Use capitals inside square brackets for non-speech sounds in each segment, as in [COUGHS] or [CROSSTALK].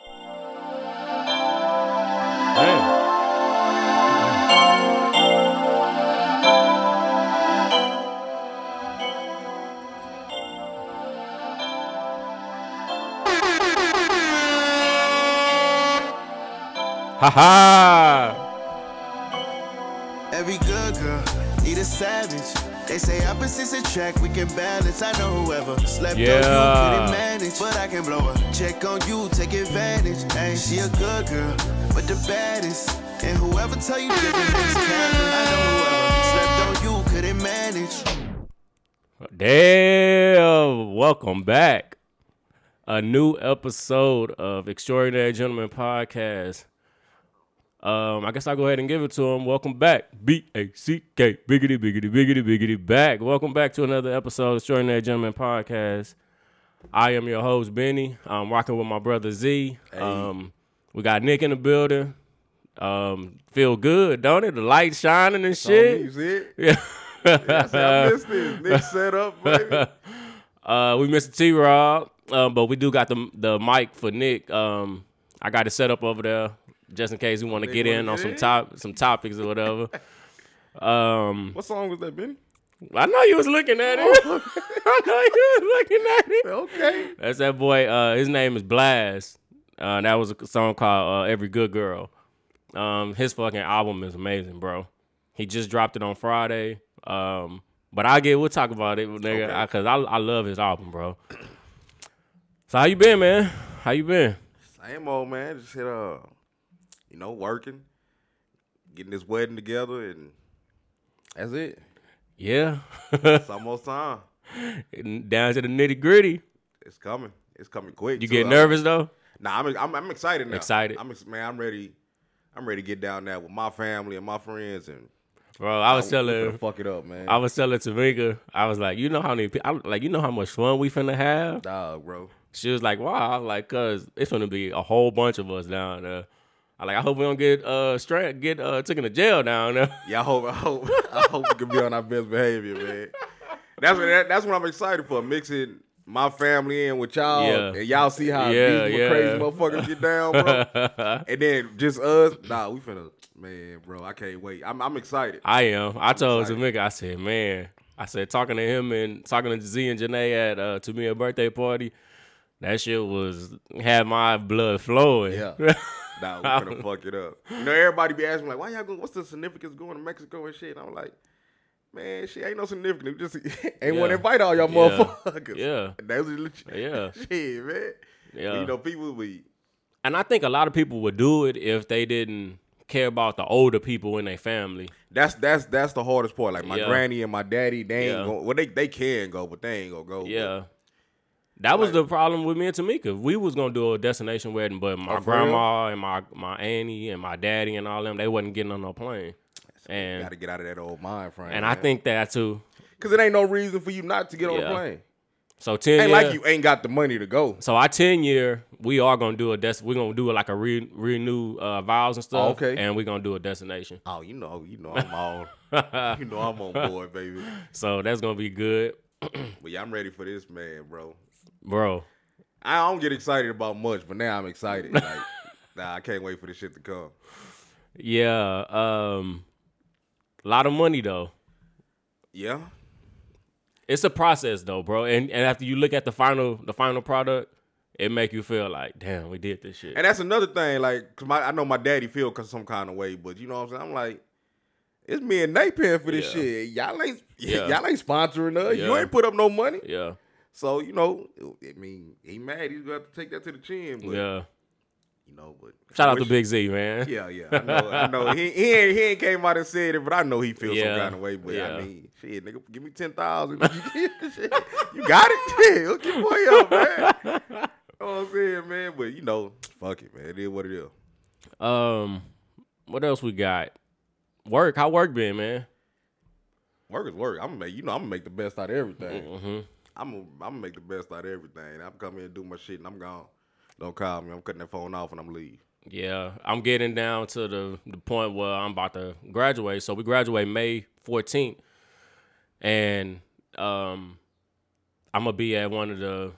哎 Ha ha! Every good girl need a savage. They say opposites attract, we can balance. I know whoever slept on you Yeah. couldn't manage, but I can blow her. Check on you, take advantage. Hey, she a good girl, but the baddest. And whoever tell you different is capping. I know whoever slept on you couldn't manage. Damn! Welcome back. A new episode of Extraordinary Gentlemen Podcast. Um, I guess I'll go ahead and give it to him. Welcome back. B A C K. Biggity, biggity, biggity, biggity, back. Welcome back to another episode of Extraordinary Gentlemen Podcast. I am your host, Benny. I'm rocking with my brother Z. Um, we got Nick in the building. Um, feel good, don't it? The light shining and shit. You see it? Yeah. I said, I [LAUGHS] missed this. Nick set up, baby. Uh, we missed T Rob, um, but we do got the the mic for Nick. Um, I got it set up over there just in case we want to get wanna in on get some in? top some topics or whatever. um, What song was that, Benny? I know you was looking [LAUGHS] at it. [LAUGHS] I know you was looking at it. Okay. That's that boy. Uh, his name is Blast. Uh, that was a song called uh, "Every Good Girl." Um, his fucking album is amazing, bro. He just dropped it on Friday. Um, but I get we'll talk about it, nigga, Okay. I- cause I I love his album, bro. So how you been, man? How you been? Same old man. Just hit uh, you know, working, getting this wedding together, and that's it. Yeah, [LAUGHS] It's almost time. down to the nitty gritty. It's coming. It's coming quick. You too. get I'm- nervous though? Nah, I'm, I'm I'm excited now. Excited. I'm ex- man. I'm ready. I'm ready to get down there with my family and my friends, and Bro, I was we telling finna fuck it up, man. I was telling Tamika, I was like, you know how many, pe- I, was like, you know how much fun we finna have. Dog, bro. She was like, "Wow!" I was like, "Cause it's gonna be a whole bunch of us down there." I like, I hope we don't get uh stra- get uh taken to jail down there. [LAUGHS] Yeah, I hope I hope [LAUGHS] I hope we can be on our best behavior, man. That's what that, that's what I'm excited for. Mixing my family in with y'all, Yeah. and y'all see how Yeah, these yeah. crazy motherfuckers get down, bro. [LAUGHS] and then just us, nah, we finna, man, bro. I can't wait. I'm I'm excited. I am. I told excited. Tamika, I said, "Man," I said, talking to him and talking to Z and Janae at uh, to me a birthday party. That shit was had my blood flowing. Yeah. Nah, we finna fuck it up. You know, everybody be asking like, why y'all going? What's the significance going to Mexico and shit? And I'm like. Man, she ain't no significant. We Just [LAUGHS] ain't want Yeah. to invite all y'all Yeah. motherfuckers. Yeah. [LAUGHS] that's legit. Yeah. [LAUGHS] shit, man. Yeah. you know, people we [LAUGHS] and I think a lot of people would do it if they didn't care about the older people in their family. That's that's that's the hardest part. Like my Yeah. granny and my daddy, they ain't Yeah. going. Well, they they can go, but they ain't gonna go. Yeah. That was the problem with me and Tamika. We was gonna do a destination wedding, but my Oh, for grandma and my my auntie and my daddy and all them, they wasn't getting on no plane. You And gotta get out of that old mind frame. and I think that too. because it ain't no reason for you not to get on Yeah. the plane. So ten Ain't year, like you ain't got the money to go. so our ten year, we are gonna do a des- we're gonna do like a re- renew uh, vows and stuff. Okay. And we're gonna do a destination. Oh, you know, you know, I'm [LAUGHS] on. you know, I'm on board, baby. So that's gonna be good. But yeah, I'm ready for this, man, bro. Bro. I don't get excited about much, but now I'm excited. Like, [LAUGHS] nah, I can't wait for this shit to come. Yeah. Um a lot of money though. Yeah, it's a process though, bro. And and after you look at the final the final product, it make you feel like, damn, we did this shit. and that's another thing. Like, 'cause my I know my daddy feel 'cause some kind of way, but you know what I'm saying. I'm like, it's me and Nate paying for this Yeah. shit. Y'all ain't [LAUGHS] Yeah. y'all ain't sponsoring us. You Yeah. ain't put up no money. yeah. So you know, I mean, he mad. He's gonna have to take that to the chin. But yeah. you know, but Shout I out to wish- Big Z, man. Yeah, yeah, I know, I know. He he ain't, he ain't came out and said it, but I know he feels Yeah. some kind of way. But Yeah. I mean, shit, nigga, give me ten thousand. you got it, [LAUGHS] shit. Hook your boy up, man. You know what I'm saying, man. But you know, fuck it, man. It is what it is. Um what else we got? Work. How work been, man? Work is work. I'm gonna make you know I'm gonna make the best out of everything. hmm I'm gonna, I'm gonna make the best out of everything. I'm coming here and do my shit and I'm gone. Don't call me. I'm cutting that phone off and I'm leave. Yeah. I'm getting down to the the point where I'm about to graduate. So we graduate May 14th. And um I'm gonna be at one of the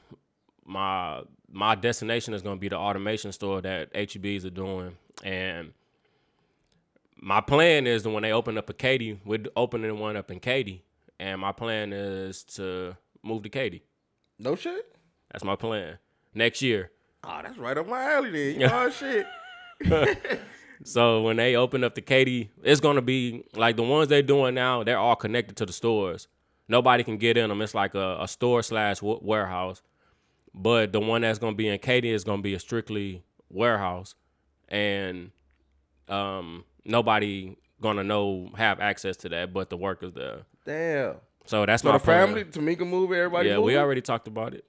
my my destination is gonna be the automation store that HEBs are doing, and my plan is that when they open up a Katy, we're opening one up in Katy, and my plan is to move to Katy. No shit. That's my plan next year. [LAUGHS] Ah, Oh, that's right up my alley then. You know shit. So when they open up the Katie, it's gonna be like the ones they're doing now. They're all connected to the stores. Nobody can get in them. It's like a, a store slash wa- warehouse. But the one that's gonna be in Katie is gonna be a strictly warehouse, and um, nobody gonna know have access to that but the workers there. Damn. So that's So my the plan. family, Tamika movie, everybody. Yeah, moving? we already talked about it.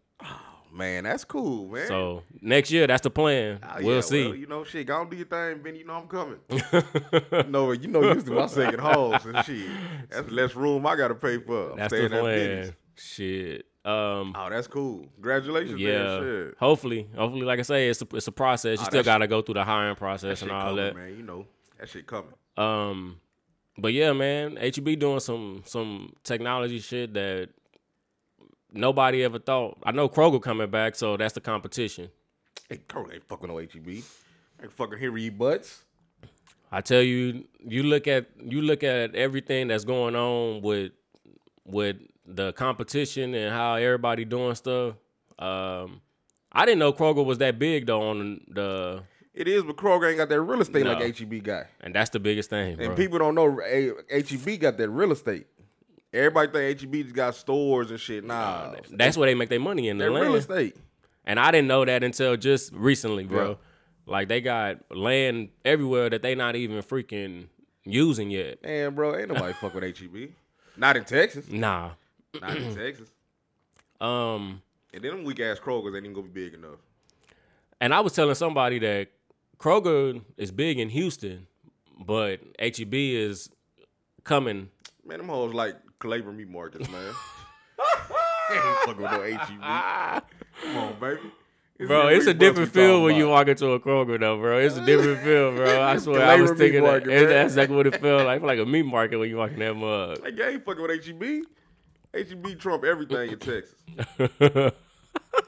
Man, that's cool, man. So next year, that's the plan. Oh, we'll yeah, see. Well, you know, shit, go on do your thing, Ben. You know [LAUGHS] I'm coming. you know, you know, used to my second halls and shit. That's less room I gotta pay for. I'm that's staying the at Benny's. plan. Shit. Um. Oh, that's cool. Congratulations, yeah. man. Shit. Hopefully, hopefully, like I say, it's a, it's a process. You still that's- got to go through the hiring process Shit and all coming, that. man. You know, that shit coming. Um, but yeah, man, HEB doing some some technology shit that nobody ever thought. I know Kroger coming back, so that's the competition. Hey, Kroger ain't fucking no HEB. Ain't fucking Henry E. Butts. I tell you, you look at you look at everything that's going on with with the competition and how everybody doing stuff. Um, I didn't know Kroger was that big though on the, It is, but Kroger ain't got that real estate No. like HEB got. and that's the biggest thing, bro. And people don't know eh, HEB got that real estate. Everybody think HEB just got stores and shit. Nah, that's where they make their money in the that real land. estate. And I didn't know that until just recently, bro. Yeah. Like they got land everywhere that they not even freaking using yet. Damn, bro, ain't nobody fuck with HEB. Not in Texas. Nah. Not in Texas. Um And then them weak ass Krogers ain't even gonna be big enough. and I was telling somebody that Kroger is big in Houston, but HEB is coming. Man, them hoes like Claver meat markets, [LAUGHS] man. ain't fucking with no E HEB. Come on, baby. Bro, them it's a big bucks we different feel talking when you about. walk into a Kroger though, bro. It's a [LAUGHS] different feel, bro. I It's swear I was Labor Meat thinking that. Market, man. That's exactly what it felt [LAUGHS] like. Like a meat market when you walk in that [LAUGHS] mug. Like, yeah, ain't fucking with E HEB. HEB E trump everything in [LAUGHS] Texas.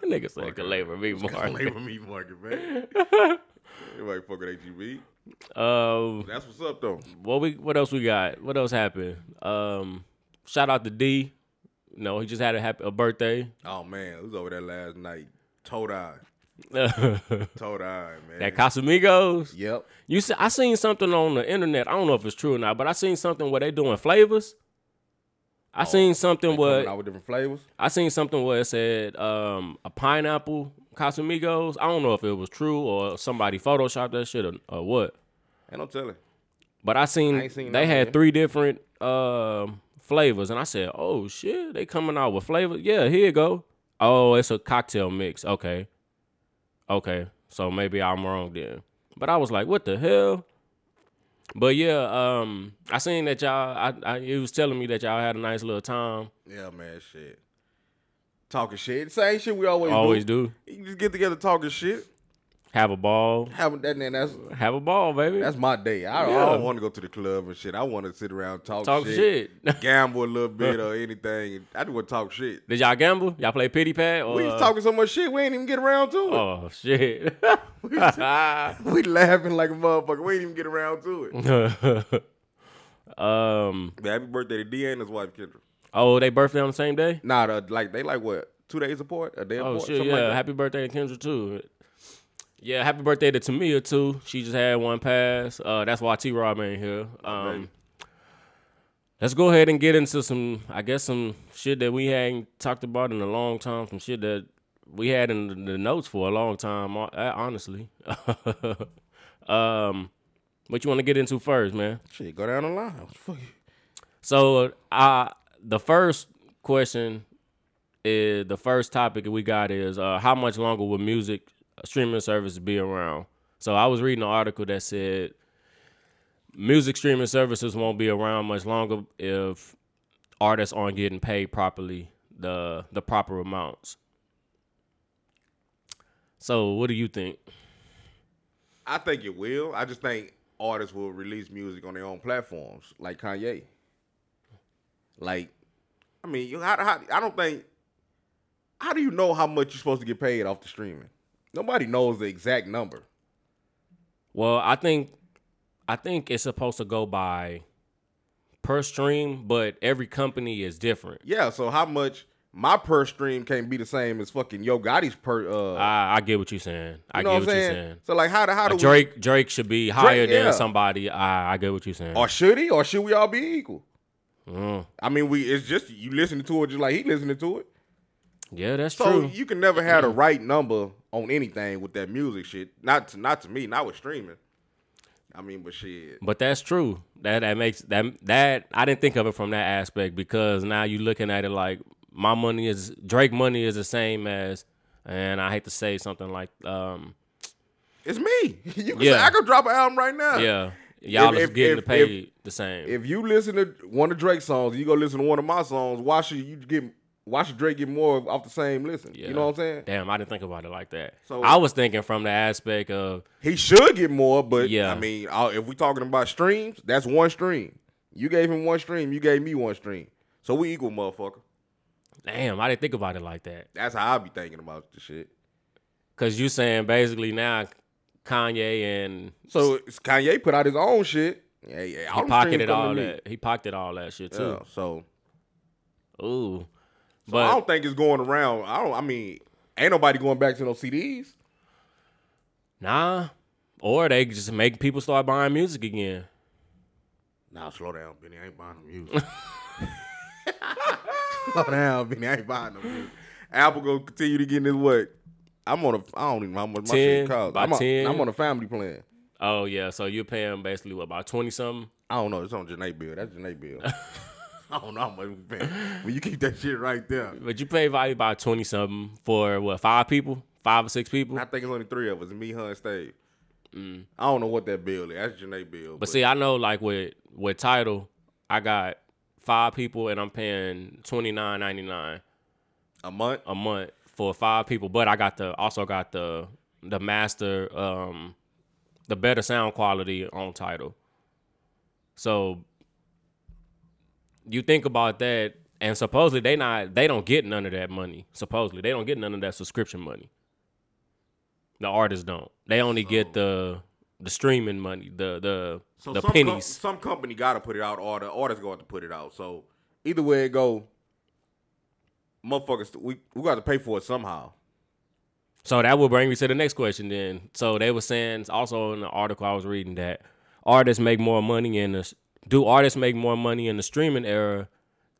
Nigga said labor meat market. Labor meat market, man. [LAUGHS] Everybody fuck with HEB. Um That's what's up though. what we what else we got? What else happened? Um, shout out to D. No, he just had a happy a birthday. [LAUGHS] Oh man, who's over there last night? Toad eye. that Toad eye, man. Casamigos. Yep. You see, I seen something on the internet. I don't know if it's true or not, but I seen something where they doing flavors. I seen something Oh, Coming where out with different flavors. I seen something where it said um, a pineapple Casamigos. I don't know if it was true or somebody photoshopped that shit or, or what. Ain't no telling. But I seen, I ain't seen they nothing had yet. three different um, flavors, and I said, "Oh shit, they coming out with flavors." Yeah, here you go. Oh, it's a cocktail mix. Okay, okay. So maybe I'm wrong then. But I was like, "What the hell?" But yeah, um, I seen that y'all. I, I it was telling me that y'all had a nice little time. Yeah, man, shit. Talking shit. Same shit we always, Always do. do. You can just get together talking shit. Have a ball. Having that and that's Have a ball, baby. that's my day. I, I Yeah. don't want to go to the club and shit. I want to sit around talk, Talk shit, shit. [LAUGHS] gamble a little bit or anything. I just want to talk shit. Did y'all gamble? Y'all play pity pad? Or, We was talking so much shit we ain't even get around to it. Uh, Oh shit. [LAUGHS] We laughing like a motherfucker. We ain't even get around to it. [LAUGHS] um. But happy birthday to D and his wife Kendra. Oh, they birthday on the same day. Nah, the, like they like what two days apart, a day Oh apart. shit! something Yeah, like that. happy birthday to Kendra too. Yeah, happy birthday to Tamia too. She just had one pass. Uh, that's why T. Rob ain't here. Um, Right. let's go ahead and get into some, I guess, some shit that we hadn't talked about in a long time. Some shit that we had in the- the notes for a long time. hon- uh, Honestly, [LAUGHS] um, what you want to get into first, man? Shit, go down the line. Fuck you. So uh the first question is the first topic we got is uh, how much longer will music uh, streaming service be around? So I was reading an article that said music streaming services won't be around much longer if artists aren't getting paid properly the the proper amounts. So what do you think? I think it will. I just think artists will release music on their own platforms, like Kanye. Like, I mean, you how, how, I don't think. How do you know how much you're supposed to get paid off the streaming? Nobody knows the exact number. Well, I think I think it's supposed to go by per stream, but every company is different. Yeah, so how much? my per stream can't be the same as fucking Yo Gotti's per. Uh, I, I get what you're saying. I you know get what what, I'm you're saying? saying. So like, how do how do we- Drake Drake should be higher yeah. than somebody. I I get what you're saying. or should he or should we all be equal? Mm. I mean, we it's just you listening to it just like he listening to it. Yeah, that's So true. you can never have the right number on anything with that music shit. Not to, not to me, not with streaming. I mean, but shit. But that's true. That that makes that that I didn't think of it from that aspect because now you're looking at it like my money is Drake money is the same as, and I hate to say something like um It's me. [LAUGHS] You can say Yeah. I could drop an album right now. yeah y'all Uh, If- is if- getting if- paid the same. If you listen to one of Drake's songs, you go listen to one of my songs. Why should you get? Why should Drake get more off the same listen? Yeah. You know what I'm saying? Damn, I didn't think about it like that. So- I was thinking from the aspect of He should get more, but Yeah. I mean, I- if we're talking about streams, that's one stream. You gave him one stream. You gave me one stream. So we equal, motherfucker. damn, I didn't think about it like that. That's how I be thinking about the shit. Cause you saying basically now Kanye and So it's- Kanye put out his own shit. Yeah, yeah. he All them streams pocketed all come to me. that. He pocketed all that shit Yeah, too. so Ooh. I But don't think it's going around. I don't. I mean, ain't nobody going back to no CDs. nah. Or they just make people start buying music again. Nah, slow down, Benny. I ain't buying no [LAUGHS] music. slow down, Benny. I ain't buying no music. Apple gonna continue to get in this what? I'm on a. I don't even know how much 10, my shit costs. by I'm, on- 10. I'm on a family plan. Oh yeah, so you're paying basically what about twenty something? I don't know. It's on Janae bill. That's Janae [LAUGHS] bill. I don't know how much we paying. When you keep that shit right there, But you pay value about twenty something for what, five people? Five or six people? I think it's only three of us. Me, her, and Stave. I don't know what that bill is. That's Janae bill. Mm. But see, I know like with with title, I got five people and I'm paying twenty nine ninety nine a month. a month for five people. But I got the also got the the master um the better sound quality on title. So you think about that and supposedly they not they don't get none of that money. Supposedly they don't get none of that subscription money. The artists don't. They only get the the streaming money, the the So the some com- pennies. some company got to put it out, or the artist going to put it out. So either way it go, motherfuckers, we we got to pay for it somehow. So that will bring me to the next question then. So they were saying also in the article I was reading that artists make more money in the do artists make more money in the streaming era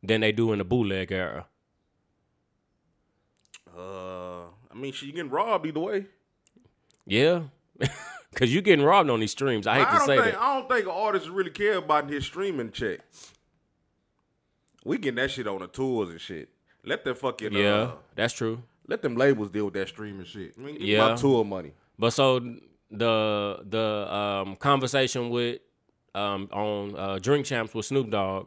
than they do in the bootleg era. Uh, I mean, she getting robbed either way. Yeah. [LAUGHS] Cause you getting robbed on these streams. I hate I to don't say think that. I don't think artists really care about his streaming check. We getting that shit on the tours and shit. Let that fucking yeah. yeah, uh, that's true. let them labels deal with that streaming shit. I mean, give me Yeah. my tour money. But so the the um, conversation with um, on uh, Drink Champs with Snoop Dogg,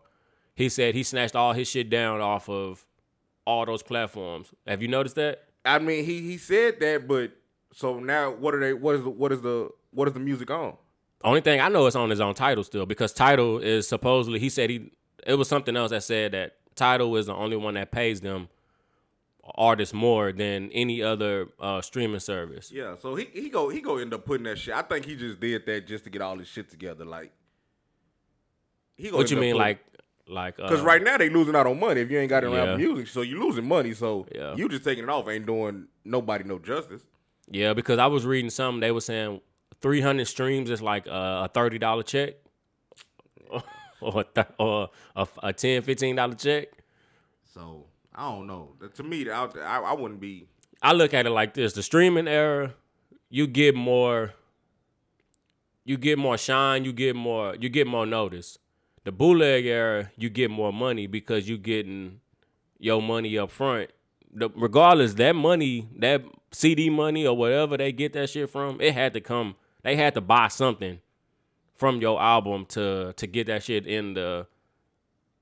he said he snatched all his shit down off of all those platforms. Have you noticed that? I mean, he he said that, but so now what are they? What is the, what is the what is the music on? Only thing I know is on his own title still because title is supposedly he said he it was something else that said that title is the only one that pays them artists more than any other uh, streaming service. Yeah, so he he go he go end up putting that shit. I think he just did that just to get all his shit together. Like he go What you mean like like uh, because right now they losing out on money if you ain't got it around Yeah. music, so you losing money. So Yeah. you just taking it off ain't doing nobody no justice. Yeah, because I was reading something they were saying 300 streams is like a, a $30 check [LAUGHS] or a, th- or a, a 10 $15 check. So I don't know. That- To me, I, I I wouldn't be. I look at it like this: the streaming era, you get more, you get more shine, you get more, you get more notice. The bootleg era, you get more money because you getting your money up front. The, regardless, that money, that CD money or whatever they get that shit from, it had to come. They had to buy something from your album to to get that shit in the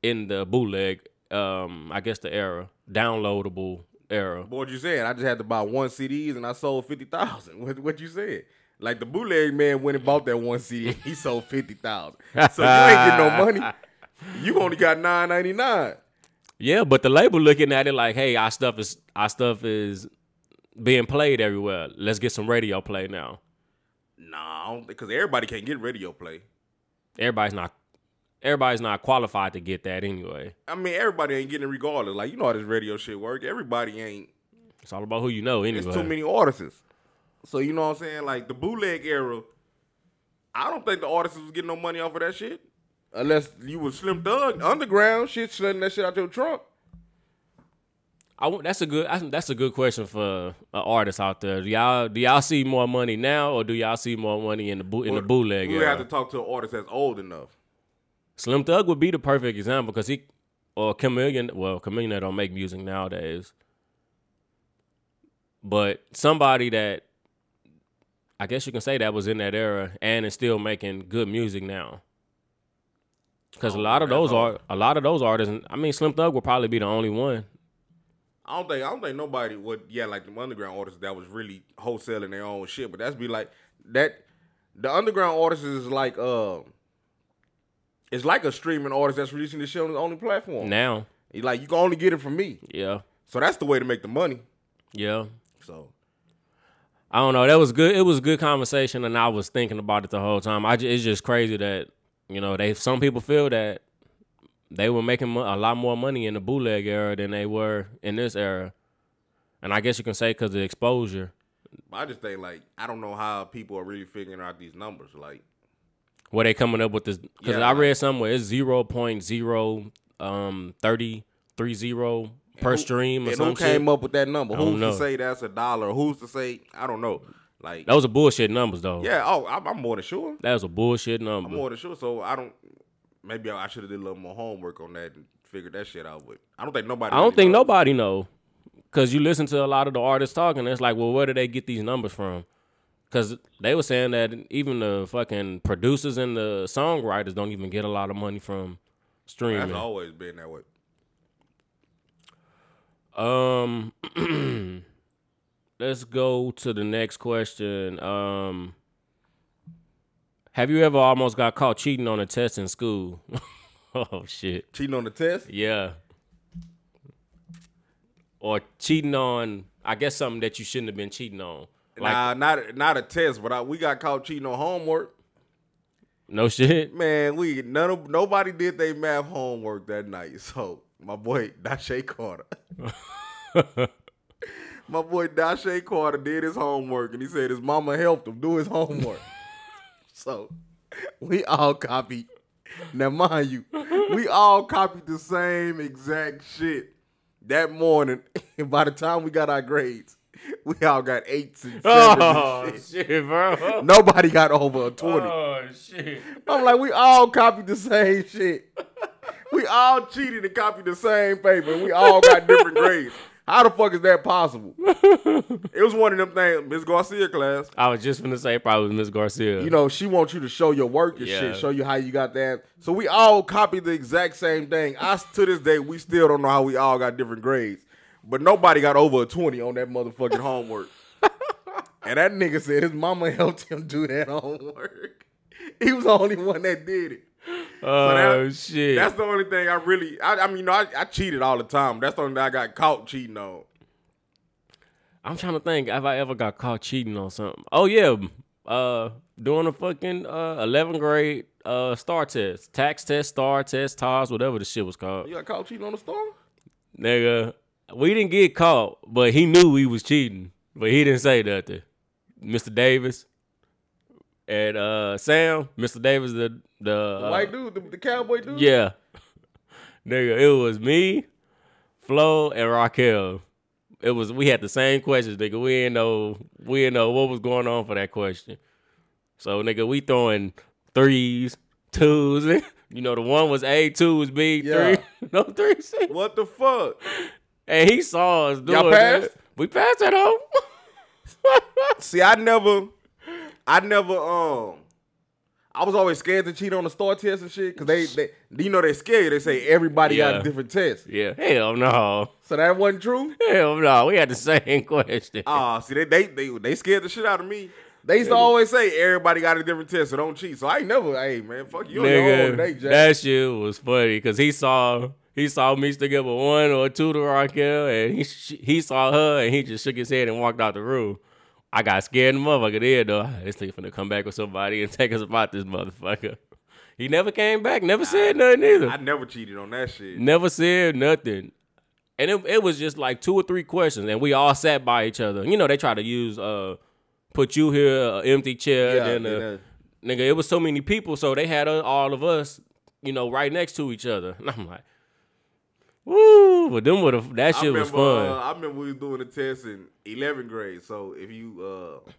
in the bootleg. Um, I guess the era downloadable era. Boy, what you said? I just had to buy one CDs and I sold fifty thousand. [LAUGHS] What what you said? Like the bootleg man went and bought that one CD, he sold fifty thousand. So you ain't getting no money. You only got nine ninety nine. Yeah, but the label looking at it like, hey, our stuff is our stuff is being played everywhere. Let's get some radio play now. Nah, because everybody can't get radio play. Everybody's not everybody's not qualified to get that anyway. I mean, everybody ain't getting it regardless. Like you know how this radio shit work. Everybody ain't. It's all about who you know anyway. It's too many artists. So you know what I'm saying? Like the bootleg era, I don't think the artists was getting no money off of that shit. Unless you was Slim Thug, underground shit, slinging that shit out your trunk. I want, that's a good I- that's a good question for uh, artists out there. Do y'all do y'all see more money now or do y'all see more money in the boot in the bootleg We would era? have to talk to an artist that's old enough. Slim Thug would be the perfect example because he or Chameleon. Well, Chameleon don't make music nowadays, but somebody that I guess you can say that was in that era and is still making good music now. Because a lot of that's those all. are a lot of those artists. I mean, Slim Thug would probably be the only one. I don't think I don't think nobody would. Yeah, like the underground artists that was really wholesaling their own shit. But that's be like that. The underground artists is like um, it's like a streaming artist that's releasing the shit on his only platform. Now, You Like you can only get it from me. yeah, So that's the way to make the money. yeah. So I don't know. That was good. It was a good conversation, and I was thinking about it the whole time. I ju- it's just crazy that you know they some people feel that they were making mo- a lot more money in the bootleg era than they were in this era, and I guess you can say because the exposure. I just think like I don't know how people are really figuring out these numbers. Like Where they coming up with this? Because Yeah. I read somewhere it's zero point zero um thirty three zero per stream or and who some came shit. up with that number? don't Who's to know. say that's a dollar? Who's to say I don't know? Like Those are bullshit numbers though. yeah, oh, I'm, I'm more than sure. that was a bullshit number. I'm more than sure. So I don't. Maybe I, I should have did a little more homework on that and figured that shit out. But I don't think nobody. I don't really think knows. nobody know, cause you listen to a lot of the artists talking. It's like, well, where do they get these numbers from? Cause they were saying that even the fucking producers and the songwriters don't even get a lot of money from That's streaming. always been that way. Um, [CLEARS THROAT] let's go to the next question. Um, have you ever almost got caught cheating on a test in school? [LAUGHS] oh shit. Cheating on the test. Yeah. Or cheating on, I guess something that you shouldn't have been cheating on. Like nah, not not a test, but I, we got caught cheating on homework. no [LAUGHS] shit. Man, we none of nobody did their math homework that night. [LAUGHS] So my boy [LAUGHS] Dashe Carter. my boy Dashe Carter did his homework and he said his mama helped him do his homework. [LAUGHS] so we all copied. Now mind you, we all copied the same exact shit that morning. And by the time we got our grades, we all got eights and sevens. and Oh shit. shit, bro. Nobody got over a 20. [LAUGHS] Oh shit. I'm like, we all copied the same shit. We all cheated and copied the same paper. We all got different grades. How the fuck is that possible? It was one of them things, Miss Garcia class. I was just gonna say probably Miss Garcia. You know, she wants you to show your work and Yeah. shit, show you how you got that. So we all copied the exact same thing. I to this day we still don't know how we all got different grades. But nobody got over a 20 on that motherfucking homework. and that nigga said his mama [LAUGHS] helped him do that homework. He was the only one that did it. oh that- shit. That's the only thing I really. I, I mean, you know, I, I cheated all the time. That's the only thing I got caught cheating on. I'm trying to think if I ever got caught cheating on something. Oh yeah. Uh doing a fucking uh eleventh grade uh star test. Tax test, star test, TOS, whatever the shit was called. You got caught cheating on the store? Nigga, we didn't get caught, but he knew we was cheating. But he didn't say nothing. Mr. Davis and uh Sam, Mr. Davis the the uh, White dude, the, the cowboy dude. Yeah. [LAUGHS] Nigga, it was me, Flo, and Raquel. It was we had the same questions, nigga. We didn't know we didn't know what was going on for that question. So nigga, we throwing threes, twos. [LAUGHS] You know, the one was A, two was B, Yeah. three. [LAUGHS] No threes. What the fuck? And he saw us doing Y'all that. passed? We passed that home. See, I never, I never, um, I was always scared to cheat on the star test and shit because they, they, you know, they scare you. They say everybody Yeah. got a different test, [LAUGHS] yeah. Hell no. so that wasn't true. Hell no. We had the same [LAUGHS] question. Ah, see, they, they, they, they scared the shit out of me. They used to always say everybody got a different test, so don't cheat. So I ain't never, hey man, fuck you, Nigga, Nigga, on they, Jack. that shit was funny because he saw he saw me stick up a one or a two to Raquel, and he sh- he saw her, and he just shook his head and walked out the room. I Ah, [LAUGHS] got scared in the motherfucker there though. This nigga finna come back with somebody and take us about this motherfucker. He never came back. Never said nothing either. I never cheated on that shit. Never said nothing. And it, it was just like two or three questions, and we all sat by each other. You know, they try to use uh put you here, an empty chair, Yeah, and then and, uh, uh, nigga, it was so many people, so they had us, all of us, you know, right next to each other. [LAUGHS] And I'm like, woo, but them would have that shit was fun. Uh, I remember we was doing a test in 11th grade. So if you, uh,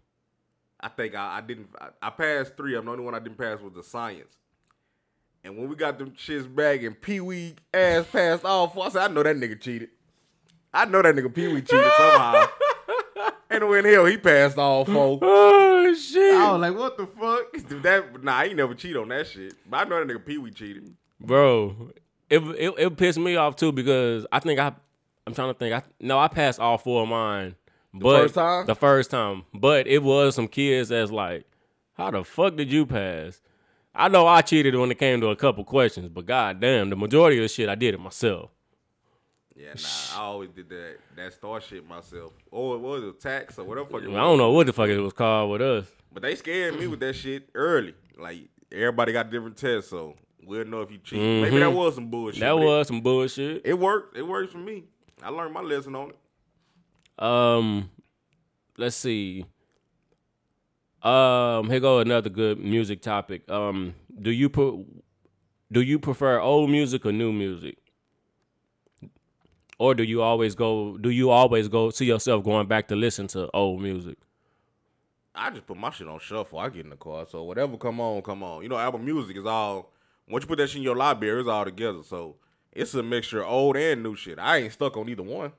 I think I, I didn't, I, I passed three. I'm the only one I didn't pass was the science. And when we got them shits back and Pee Wee ass passed all four, I said, I know that nigga cheated. I know that nigga Pee Wee cheated [LAUGHS] somehow. Ain't no way in hell he passed all four. oh shit, I was like, what the fuck? Dude, [LAUGHS] that, nah, I ain't never cheat on that shit. But I know that nigga Pee Wee cheated. bro. It, it it pissed me off too because I think I I'm trying to think. I no, I passed all four of mine. but first time? the first time, but it was some kids that's like, how the fuck did you pass? I know I cheated when it came to a couple questions, but goddamn, the majority of the shit I did it myself. Yeah, nah, I always did that that star shit myself. Or what was it, tax or whatever. the fuck it I was. don't know what the fuck it was called with us. But they scared me with that shit early. Like everybody got different tests, so we'll know if you cheat. Maybe that was some Mm-hmm. bullshit. That but it- was some bullshit. It, worked. It worked for me. I learned my lesson on it. Um, let's see. Um, here go another good music topic. Um, do you put do you prefer old music or new music? Or do you always go do you always go see yourself going back to listen to old music? I just put my shit on shuffle. I get in the car, so whatever come on, come on. You know, album music is all. Once you put that shit in your library, it's all together. So it's a mixture of old and new shit. I ain't stuck on either one.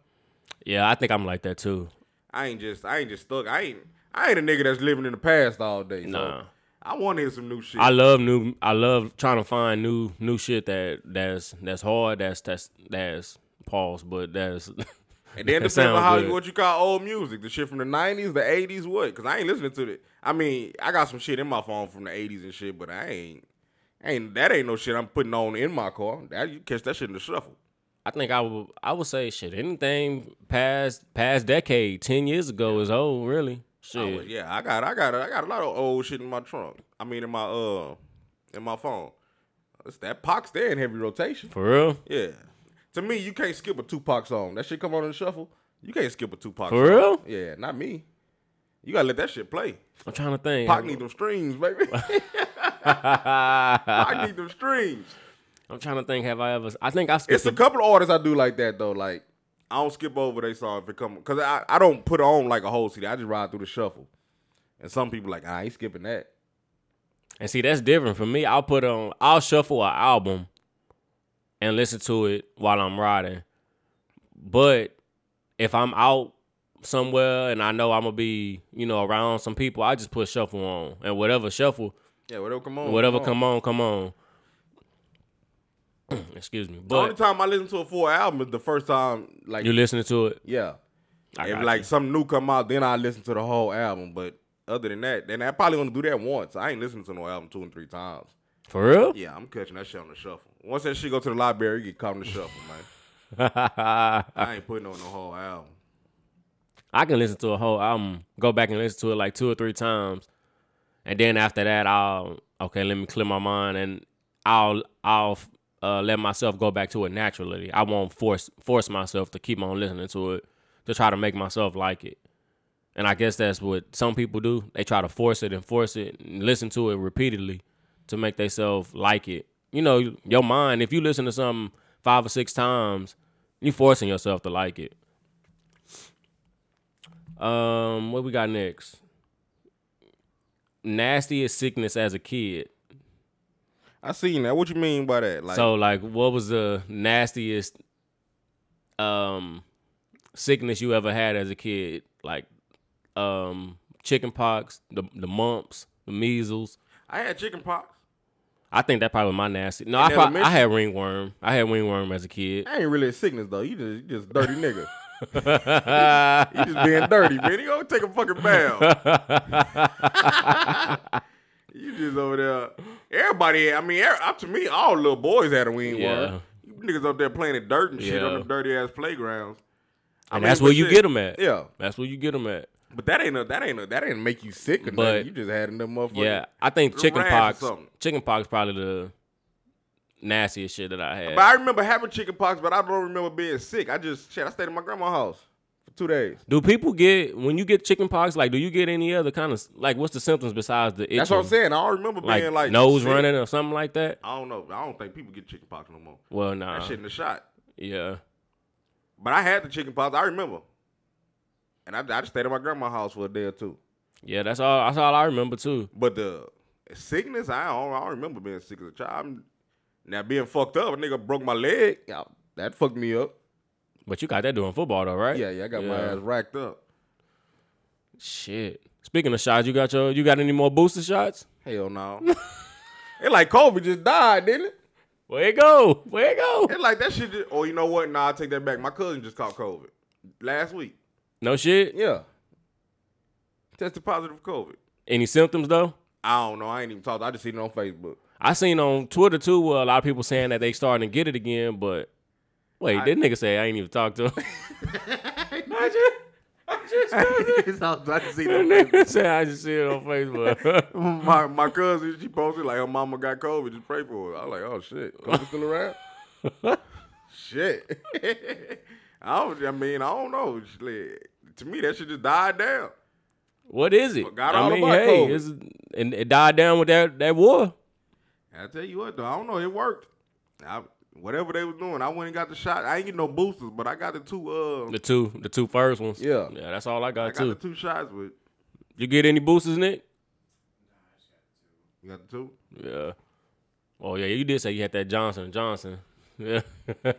Yeah, I think I'm like that too. I ain't just I ain't just stuck. I ain't I ain't a nigga that's living in the past all day. So Nah. I want to hear some new shit. I love new I love trying to find new new shit that that's that's hard, that's that's that's pause, but that's and then [LAUGHS] that depending on sound how good. what you call old music, the shit from the nineties, the eighties, what? Because I ain't listening to it. I mean, I got some shit in my phone from the eighties and shit, but I ain't ain't that ain't no shit I'm putting on in my car. That you catch that shit in the shuffle. I think I would I would say shit. Anything past past decade, ten years ago is old, really. Shit. I was- Oh, yeah, I got I got I got a lot of old shit in my trunk. I mean, in my uh, in my phone. It's that Pac's there in heavy rotation. For real? Yeah. To me, you can't skip a Tupac song. That shit come on in the shuffle. You can't skip a Tupac For song. real? Yeah, not me. You gotta let that shit play. I'm trying to think. Pac need them [LAUGHS] strings, baby. Pac need them strings. I'm trying to think. Have I ever? I think I It's skipped. a A, couple of artists I do like that though. Like I don't skip over they song if it come because I, I don't put on like a whole CD. I just ride through the shuffle. And some people like I ain't skipping that. and see, that's different for me. I'll put on. I'll shuffle an album, and listen to it while I'm riding. But if I'm out somewhere and I know I'm gonna be, you know, around some people, I just put shuffle on and whatever shuffle, Yeah, whatever come on. whatever come on, come on. [CLEARS THROAT] Excuse me, The only but time I listen to a full album is the first time like you listening to it. yeah. I if got like you. something new come out, then I listen to the whole album. But other than that, then I probably gonna do that once. I ain't listening to no album two and three times. for real, Yeah, I'm catching that shit on the shuffle. Once that shit go to the library, you get caught in the shuffle, [LAUGHS] man. I ain't putting on the whole album. I can listen to a whole album, go back and listen to it like two or three times, and then after that, I'll okay, let me clear my mind, and I'll I'll uh, let myself go back to it naturally. I won't force force myself to keep on listening to it to try to make myself like it. And I guess that's what some people do. They try to force it and force it and listen to it repeatedly to make themselves like it. You know, your mind, if you listen to something five or six times, you forcing yourself to like it. Um, what we got next? Nastiest sickness as a kid. I seen that. What you mean by that? Like so, like, what was the nastiest um sickness you ever had as a kid? Like, um, chicken pox, the the mumps, the measles. I had chicken pox. I think that probably my nasty. No, I probably, I elementary? had ringworm. I had ringworm as a kid. I ain't really a sickness though. You just you just [LAUGHS] dirty nigga. [LAUGHS] you just being dirty, man. You gonna take a fucking bath. [LAUGHS] you just over there. Everybody, I mean, er- up to me, all little boys had a wing Yeah. one. You niggas up there playing in dirt and shit Yeah. on them dirty ass playgrounds. I And mean, that's but where you shit, get 'em at. Yeah. That's where you get them at. But that ain't a, that ain't a, that ain't make you sick or But- nothing. You just had enough motherfucker. Yeah, I think rash or chicken pox. something. Chicken pox probably the nastiest shit that I had. But I remember having chicken pox, but I don't remember being sick. I just shit. I stayed in my grandma's house for two days. do people get when you get chicken pox? Like, do you get any other kind of like? What's the symptoms besides the itching? That's what I'm saying. I don't remember Like, being like nose sick. running or something like that. I don't know. I don't think people get chicken pox no more. Well, That nah, shit in the shot. yeah. But I had the chicken pox. I remember. And I, I just stayed at my grandma's house for a day or two. Yeah, that's all. That's all I remember too. But the sickness, I don't, I don't remember being sick as a child. I'm, now being fucked up, a nigga broke my leg. Yeah, that fucked me up. But you got that doing football though, right? Yeah, yeah, I got my ass racked up. Shit. Speaking of shots, you got your. You got any more booster shots? Hell no. it like Kobe just died, didn't it? Where it go? Where it go? It like that shit. Just, oh, you know what? Nah, I take that back. My cousin just caught COVID last week. No shit. Yeah, tested positive for COVID. Any symptoms though? I don't know. I ain't even talked. I just seen it on Facebook. I seen on Twitter too where a lot of people saying that they starting to get it again, but wait, that nigga say I ain't even talked to him. [LAUGHS] [LAUGHS] I just seen [LAUGHS] it. on nigga say I just see it on Facebook. [LAUGHS] Facebook. My my cousin, she posted like her mama got COVID. Just pray for her. I was like, oh shit, COVID still around? [LAUGHS] shit. [LAUGHS] I don't. I mean, I don't know. Shit. To me, that shit just died down. what is it? Forgot I all mean, about hey, COVID. it's, and it died down with that that war. I tell you what though, I don't know. It worked. I, whatever they was doing, I went and got the shot. I ain't get no boosters, but I got the two. Uh, The two, the two first ones. Yeah. yeah, that's all I got, I got too. the two shots with. You get any boosters, Nick? You got [LAUGHS] the two. Yeah. Oh yeah, you did say you had that Johnson and Johnson. [LAUGHS] Yeah. Well,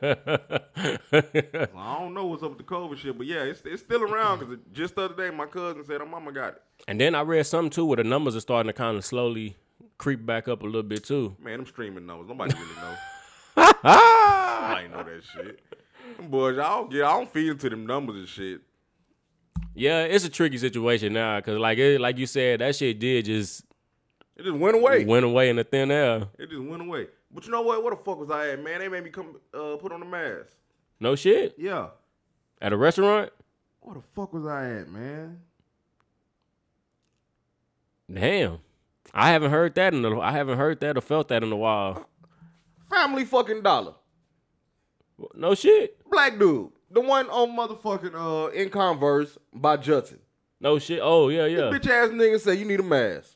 I don't know what's up with the COVID shit, but yeah, it's, it's still around because just the other day my cousin said her mama got it. and then I read something too where the numbers are starting to kind of slowly creep back up a little bit too. Man, them streaming numbers, nobody [LAUGHS] really know. Nobody know that shit. Them boys, I don't get, I don't feed into them numbers and shit. Yeah, it's a tricky situation now because, like, it, like you said, that shit did just It just went away. went away in the thin air. It just went away. But you know what? What the fuck was I at, man? They made me come uh, put on the mask. No shit Yeah. at a restaurant. What the fuck was I at, man? Damn, I haven't heard that in a, I haven't heard that or felt that in a while. Family fucking dollar. No shit, Black dude. The one on motherfucking uh in Converse by Judson. no shit. Oh yeah, yeah. Bitch ass nigga said you need a mask.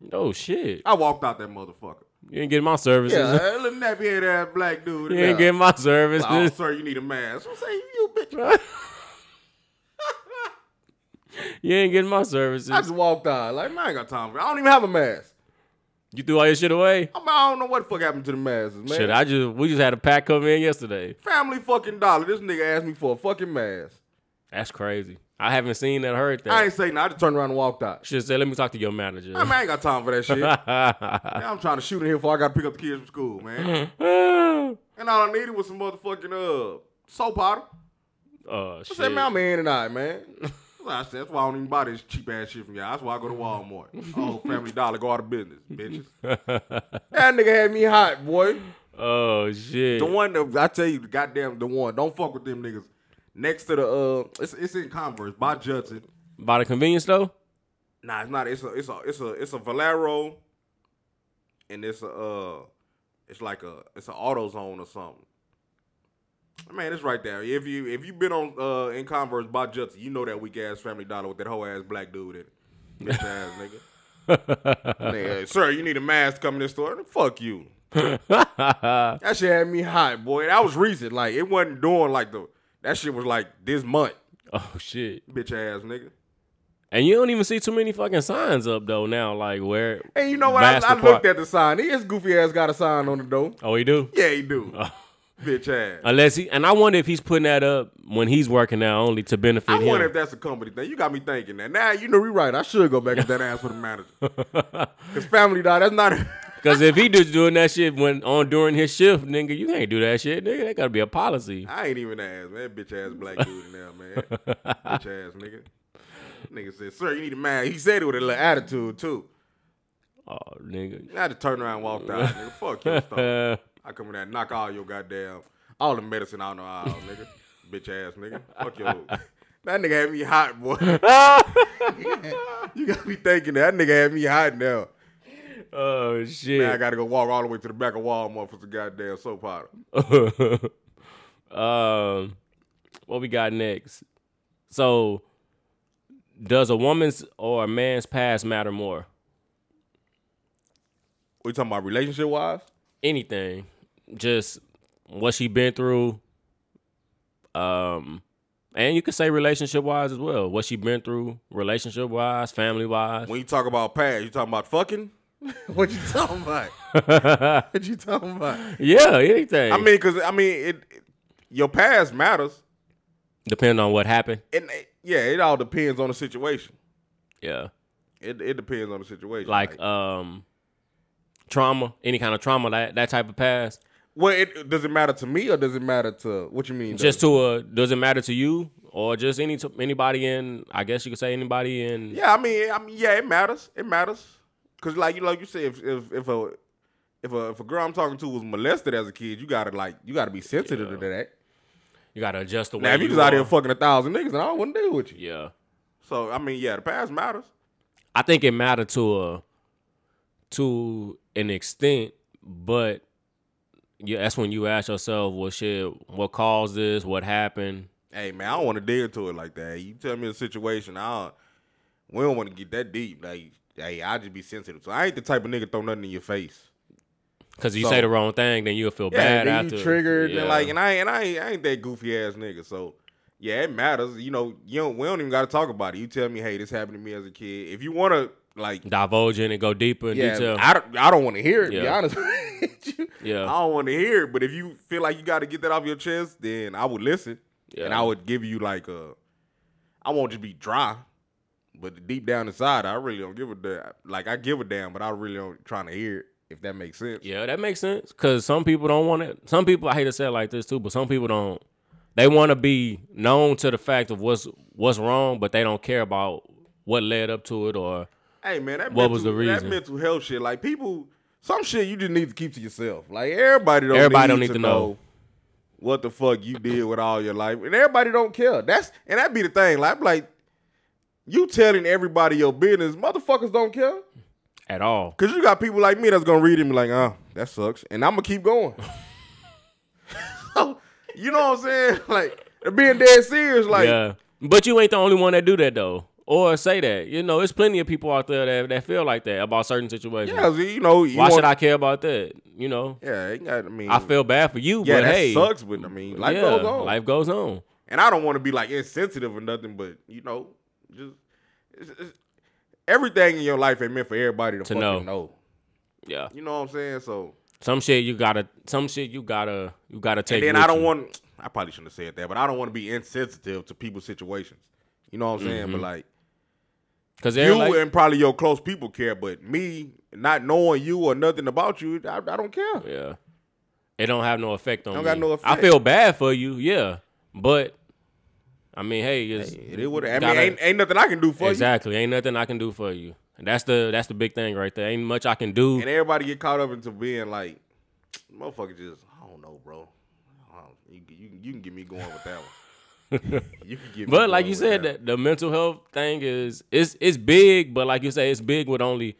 No shit. I walked out that motherfucker. You ain't getting my services. Yeah, [LAUGHS] that little nappy head ass black dude. You Yeah. ain't getting my Oh, services. sir, you need a mask. I'm saying you bitch. You ain't getting my services. I just walked out. Like, man, I ain't got time for it. I don't even have a mask. You threw all your shit away. I'm, I don't know what the fuck happened to the masks, man. Shit, I just we just had a pack come in yesterday. Family fucking dollar. This nigga asked me for a fucking mask. That's crazy. I haven't seen that heard I that. ain't say nothing. I just turned around and walked out. Shit, say let me talk to your manager. [LAUGHS] I, mean, I ain't got time for that shit. now I'm trying to shoot in here before I got to pick up the kids from school, man. And all I needed was some motherfucking uh soap powder. oh I said, shit. man, I'm in and out, man. [LAUGHS] I said, that's why I don't even buy this cheap ass shit from y'all. That's why I go to Walmart. Oh, Family Dollar, go out of business, bitches. [LAUGHS] that nigga had me hot, boy. Oh shit. The one that I tell you, the goddamn the one. Don't fuck with them niggas. Next to the uh, it's it's in Converse by Judson. By the convenience store? Nah, it's not. It's a it's a it's a it's a Valero, and it's a uh, it's like a it's an AutoZone or something. Man, it's right there. If you if you been on uh in Converse by Judson, you know that weak ass Family Dollar with that whole ass black dude in it, bitch ass nigga. Nigga, sir, you need a mask to come in this store. Fuck you. that shit had me hot, boy. That was recent. Like it wasn't doing like the that shit was like this month, Oh shit. bitch ass nigga. And you don't even see too many fucking signs up though now, like where And you know what? I, Master I Park- looked at the sign. His goofy ass got a sign on the door. Oh he do? Yeah, [LAUGHS] he do. Bitch ass. Unless he and I wonder if he's putting that up when he's working now only to benefit I him. wonder if that's a company thing. You got me thinking that. Now you know you're right. I should go back at that ass for the manager. [LAUGHS] Cause family dog, that's not. [LAUGHS] Cause if he just doing that shit when on during his shift, nigga, you can't do that shit, nigga. That gotta be a policy. I ain't even ass man. That Bitch ass black dude in there, man. bitch ass nigga. Nigga said, "Sir, you need a mask." He said it with a little attitude too. Oh, nigga. I had to turn around and walk out. nigga, fuck your stuff. Uh, I come in there and knock all your goddamn all the medicine out of the aisle, nigga. Bitch ass nigga. Fuck your That nigga had me hot, boy. you gotta be thinking that. that nigga had me hot now. oh shit. Now I gotta go walk all the way to the back of Walmart for some goddamn soap powder. [LAUGHS] um, what we got next? So, does a woman's or a man's past matter more? What you talking about relationship wise? Anything, just what she been through. Um, and you could say relationship wise as well. What she been through, relationship wise, family wise. When you talk about past, you talking about fucking? [LAUGHS] what you talking about? [LAUGHS] what you talking about? Yeah, anything. I mean, cause I mean, it, it- your past matters, depending on what happened. and it, yeah, it all depends on the situation. Yeah, It it depends on the situation. like um, trauma, any kind of trauma, that that type of past. well, it, does it matter to me or does it matter to what you mean? just does it? to a does it matter to you or just any to, anybody in I guess you could say anybody in yeah, I mean, I mean, yeah, it matters. It matters, cause like you like you said, if if, if a if a, if a girl I'm talking to was molested as a kid, you gotta like you gotta be sensitive to that. you gotta adjust the way Now, if you you just out here are. fucking a thousand niggas, then I wouldn't deal with you. yeah So I mean, yeah, the past matters. I think it mattered to a to an extent but yeah that's when you ask yourself well shit what caused this what happened Hey man, I don't want to dig into it like that. You tell me the situation, I don't, we don't want to get that deep. Like, hey, I just be sensitive. So I ain't the type of nigga throw nothing in your face. because you So- say the wrong thing then you'll feel Yeah, bad then after you triggered Yeah. and like, and I and I, ain't- I ain't that goofy ass nigga. So yeah, it matters. You know, you don't, we don't even got to talk about it. You tell me, hey, this happened to me as a kid. If you want to, like, divulge in and go deeper in yeah, detail I don't, I don't want to hear it. Be Yeah. honest [LAUGHS] with you. Yeah. I don't want to hear it. But if you feel like you got to get that off your chest, then I would listen, and Yeah. I would give you like a. I won't just be dry, but deep down inside, I really don't give a damn. Like I give a damn, but I really don't trying to hear it. If that makes sense. Yeah, that makes sense. Cause some people don't want it. Some people I hate to say it like this too, but some people don't. They want to be known to the fact of what's what's wrong, but they don't care about what led up to it or Hey man, that What mental, was the That reason? mental health shit, like people, some shit you just need to keep to yourself. Like everybody don't. Everybody need don't need to to know. know. what the fuck you did with all your life, and everybody don't care. That's and that be the thing. Like, like you telling everybody your business, motherfuckers don't care. at all. Cause you got people like me that's gonna read it and be like, oh, that sucks. And I'm gonna [LAUGHS] keep going. you know what I'm saying? [LAUGHS] Like they're being dead serious, like yeah, but you ain't the only one that do that though, or say that. You know, it's plenty of people out there that, that feel like that about certain situations. yeah, you know, you Why want- should I care about that? You know, Yeah, you got, I mean, I feel bad for you, yeah, but that hey, sucks. But I mean, life yeah, goes on. Life goes on. and I don't want to be like insensitive or nothing, but you know, just it's, it's, everything in your life ain't meant for everybody to, fucking know. know. Yeah, You know what I'm saying? So some shit you gotta, some shit you gotta, you gotta take. and then with I don't you. want. I probably shouldn't have said that, but I don't want to be insensitive to people's situations. You know what I'm saying? Mm-hmm. But like because you and probably your close people care, but me not knowing you or nothing about you, I, I don't care. Yeah. It don't have no effect on Don't me. got no I effect. feel bad for you, yeah. But I mean, hey, it's, It would. I mean, gotta- ain't, ain't nothing I can do for exactly. Ain't nothing I can do for you. And that's the that's the big thing right there. Ain't much I can do. you. And everybody get caught up into being like, motherfucker, just I don't know, bro. I don't- You, you, you can get me going with that one. [LAUGHS] you can get me But like going you with said, that that. the mental health thing is it's it's big, but like you say, it's big with only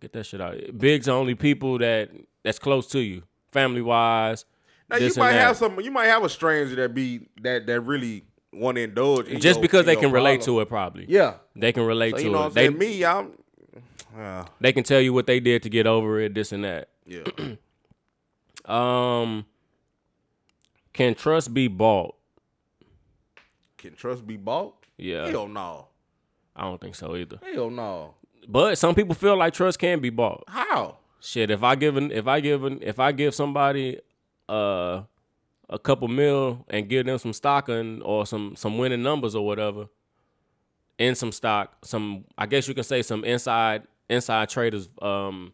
get that shit out. Big to only people that that's close to you, family wise. Now, you might have some. You might have a stranger that be that that really want to indulge. in just your- because in they your can relate problem. to it, probably. Yeah. they can relate So to you know, what it. They I'm saying? me, I'm. Uh, they can tell you what they did to get over it, this and that. [CLEARS THROAT] yeah. Um, can trust be bought? can trust be bought? Yeah. Hell no. I don't think so either. Hell no. But some people feel like trust can be bought. How? Shit, if I give an, if I give an, if I give somebody uh a couple mil and give them some stock and or some some winning numbers or whatever, and some stock, some I guess you can say some inside inside traders um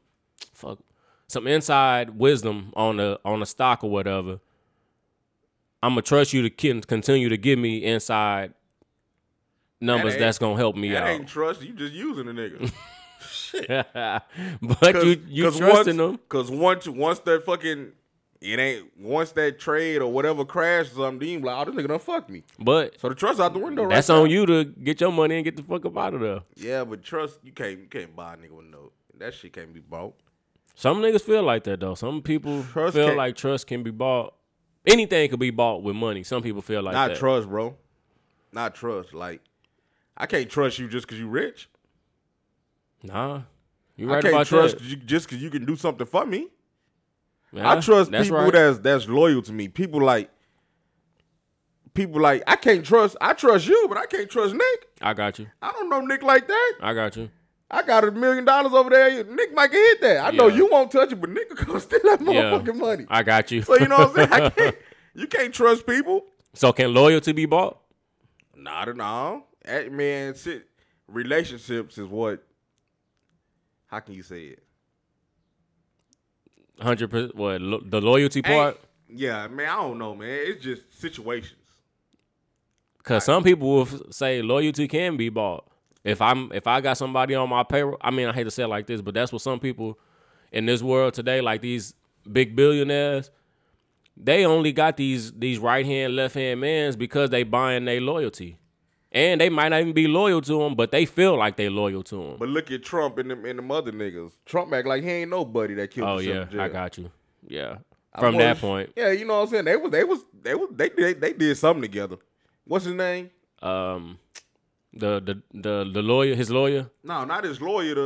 fuck some inside wisdom on the on the stock or whatever. I'm gonna trust you to kin- continue to give me inside numbers ain't- that's gonna help me That out. ain't trust. You just using the nigga. [LAUGHS] but you you trusting once, them? Because once once that fucking It ain't once that trade or whatever crash or something, then you be like, oh, this nigga done fucked me. But So the trust out the window, right? that's now. on you to get your money and get the fuck up out of there. Yeah, but trust you can't you can't buy a nigga with no that shit can't be bought. Some niggas feel like that though. Some people Trust feel can't- like trust can be bought. Anything can be bought with money. Some people feel like Not that. trust, bro. Not trust. Like I can't trust you just cause you rich. Nah, you right I can't about trust that. you just cause you can do something for me. I Yeah, trust that's people right. that's that's loyal to me. People like people like I can't trust I trust you, but I can't trust Nick. I got you. I don't know Nick like that. I got you. I got a million dollars over there. Nick might get hit that. I know Yeah. you won't touch it, but Nick will come [LAUGHS] steal that Yeah, motherfucking money. I got you. So you know what I'm [LAUGHS] saying? I can't, you can't trust people. [LAUGHS] So can loyalty be bought? Not at all. At, man, shit, relationships is what. How can you say it? Hundred percent. What lo- the loyalty part? Ain't- Yeah, man. I don't know, man. It's just situations. Because some people will f- say loyalty can be bought. If I'm if I got somebody on my payroll, I mean I hate to say it like this, but that's what some people in this world today, like these big billionaires, they only got these these right hand left hand mans because they buying their loyalty, and they might not even be loyal to them, but they feel like they loyal to them. But look at Trump and them and them other niggas. Trump act like he ain't nobody that killed. Oh yeah, himself in I jail. got you. Yeah, I from that was- point, Yeah, you know what I'm saying. They was they was they was they they, they did something together. What's his name? um, the the the the lawyer, his lawyer. No, not his lawyer. The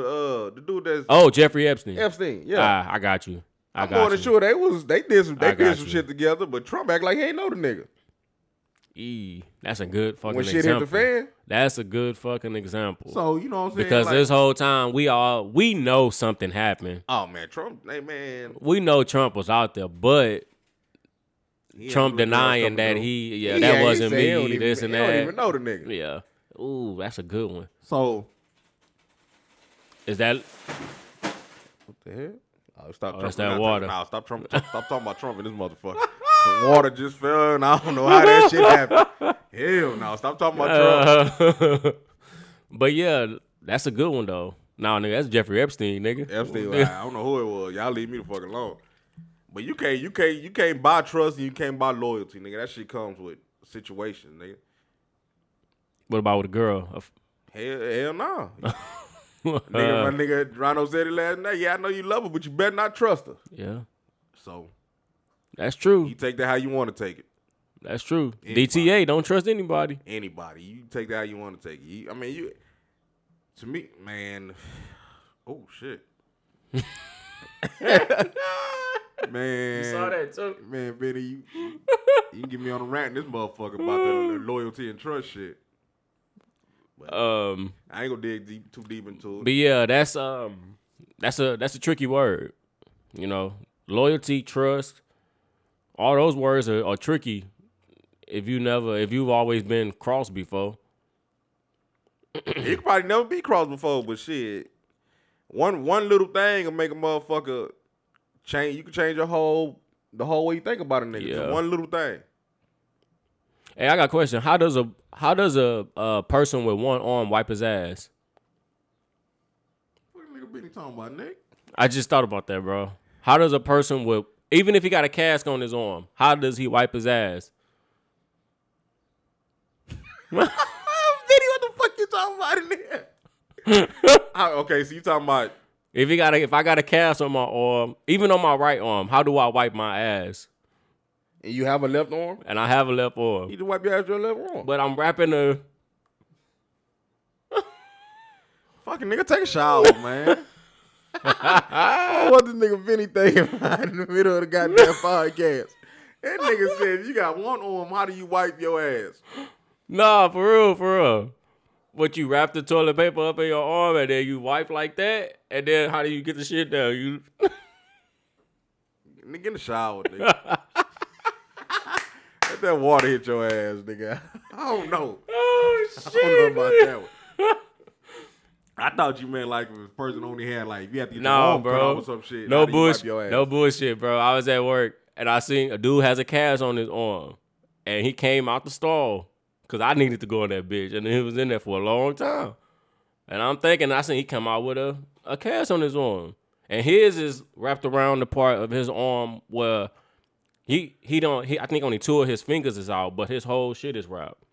uh the dude that's Oh, Jeffrey Epstein. Epstein. Yeah. Ah, I got you. I I'm got more you. than sure they was they did some I they got did some you. shit together, but Trump act like he ain't know the nigga. E, that's a good fucking When shit hit example. the fan. That's a good fucking example. So you know what I'm saying? because Like- this whole time we all we know something happened. Oh man, Trump, hey man, We know Trump was out there, but he Trump ain't really denying doing that something he to yeah, him. He that ain't- he wasn't said he don't me, even- this and he Don't even that. know the nigga. Yeah. Ooh, that's a good one. So Is that what the hell? Oh, stop Trump. that's that Nah, water. Nah, [LAUGHS] stop Trump. Stop talking about Trump in this motherfucker. Some water just fell, and I don't know how that shit happened. [LAUGHS] Hell no, stop talking about Trump. uh, [LAUGHS] But yeah, that's a good one though. Nah, nigga, that's Jeffrey Epstein, nigga. Epstein, like, I don't know who it was. Y'all leave me the fuck alone. But you can't, you can't, you can't buy trust and you can't buy loyalty, nigga. That shit comes with situations, nigga. What about with a girl? [LAUGHS] Hell, hell no. nigga, my nigga Rhino said it last night. Yeah, I know you love her, but you better not trust her. yeah. So That's true. you take that how you want to take it. That's true. Anybody. DTA, don't trust anybody. Anybody, you take that how you want to take it. You, I mean, you to me, man. [SIGHS] Oh shit, [LAUGHS] man. too. man, Benny. You you can get me on a rant in this motherfucker about the, the loyalty and trust shit. Um, I ain't gonna dig deep, too deep into it. but yeah, that's um, that's a that's a tricky word. You know, loyalty, trust, all those words are, are tricky. If you never, if you've always been crossed before, You could probably never be crossed before, but shit, one one little thing will make a motherfucker change. You can change your whole the whole way you think about a nigga. Just Yeah. one little thing. hey, I got a question. How does a how does a, a person with one arm wipe his ass? What the nigga Benny talking about, [LAUGHS] Nick? I just thought about that, bro. How does a person with even if he got a cask on his arm, how does he wipe his ass? Benny, what the fuck you talking about in there? I- okay, so you talking about If you got a, if I got a cast on my arm, even on my right arm, how do I wipe my ass? and you have a left arm? And I have a left arm, You just wipe your ass with your left arm. But but I'm wrapping a. fucking nigga, take a [LAUGHS] shower, man. oh, what this nigga Benny thinking about in the middle of the goddamn podcast? That nigga said, if you got one arm, how do you wipe your ass? Nah, for real, for real. But you wrap the toilet paper up in your arm, and then you wipe like that, and then how do you get the shit down? You [LAUGHS] Nigga in the shower, nigga. [LAUGHS] Let that water hit your ass, nigga. I don't know. oh I don't know shit! about that one. I thought you meant like if a person only had like if you have to get your Nah, arm cut off bro. or some shit. how No do you wipe bullshit. your ass? No bullshit, bro. I was at work and I seen a dude has a cast on his arm, and he came out the stall because I needed to go in that bitch, and he was in there for a long time. And I'm thinking, I seen he come out with a a cast on his arm, and his is wrapped around the part of his arm where He he don't. He, I think only two of his fingers is out, but his whole shit is robbed.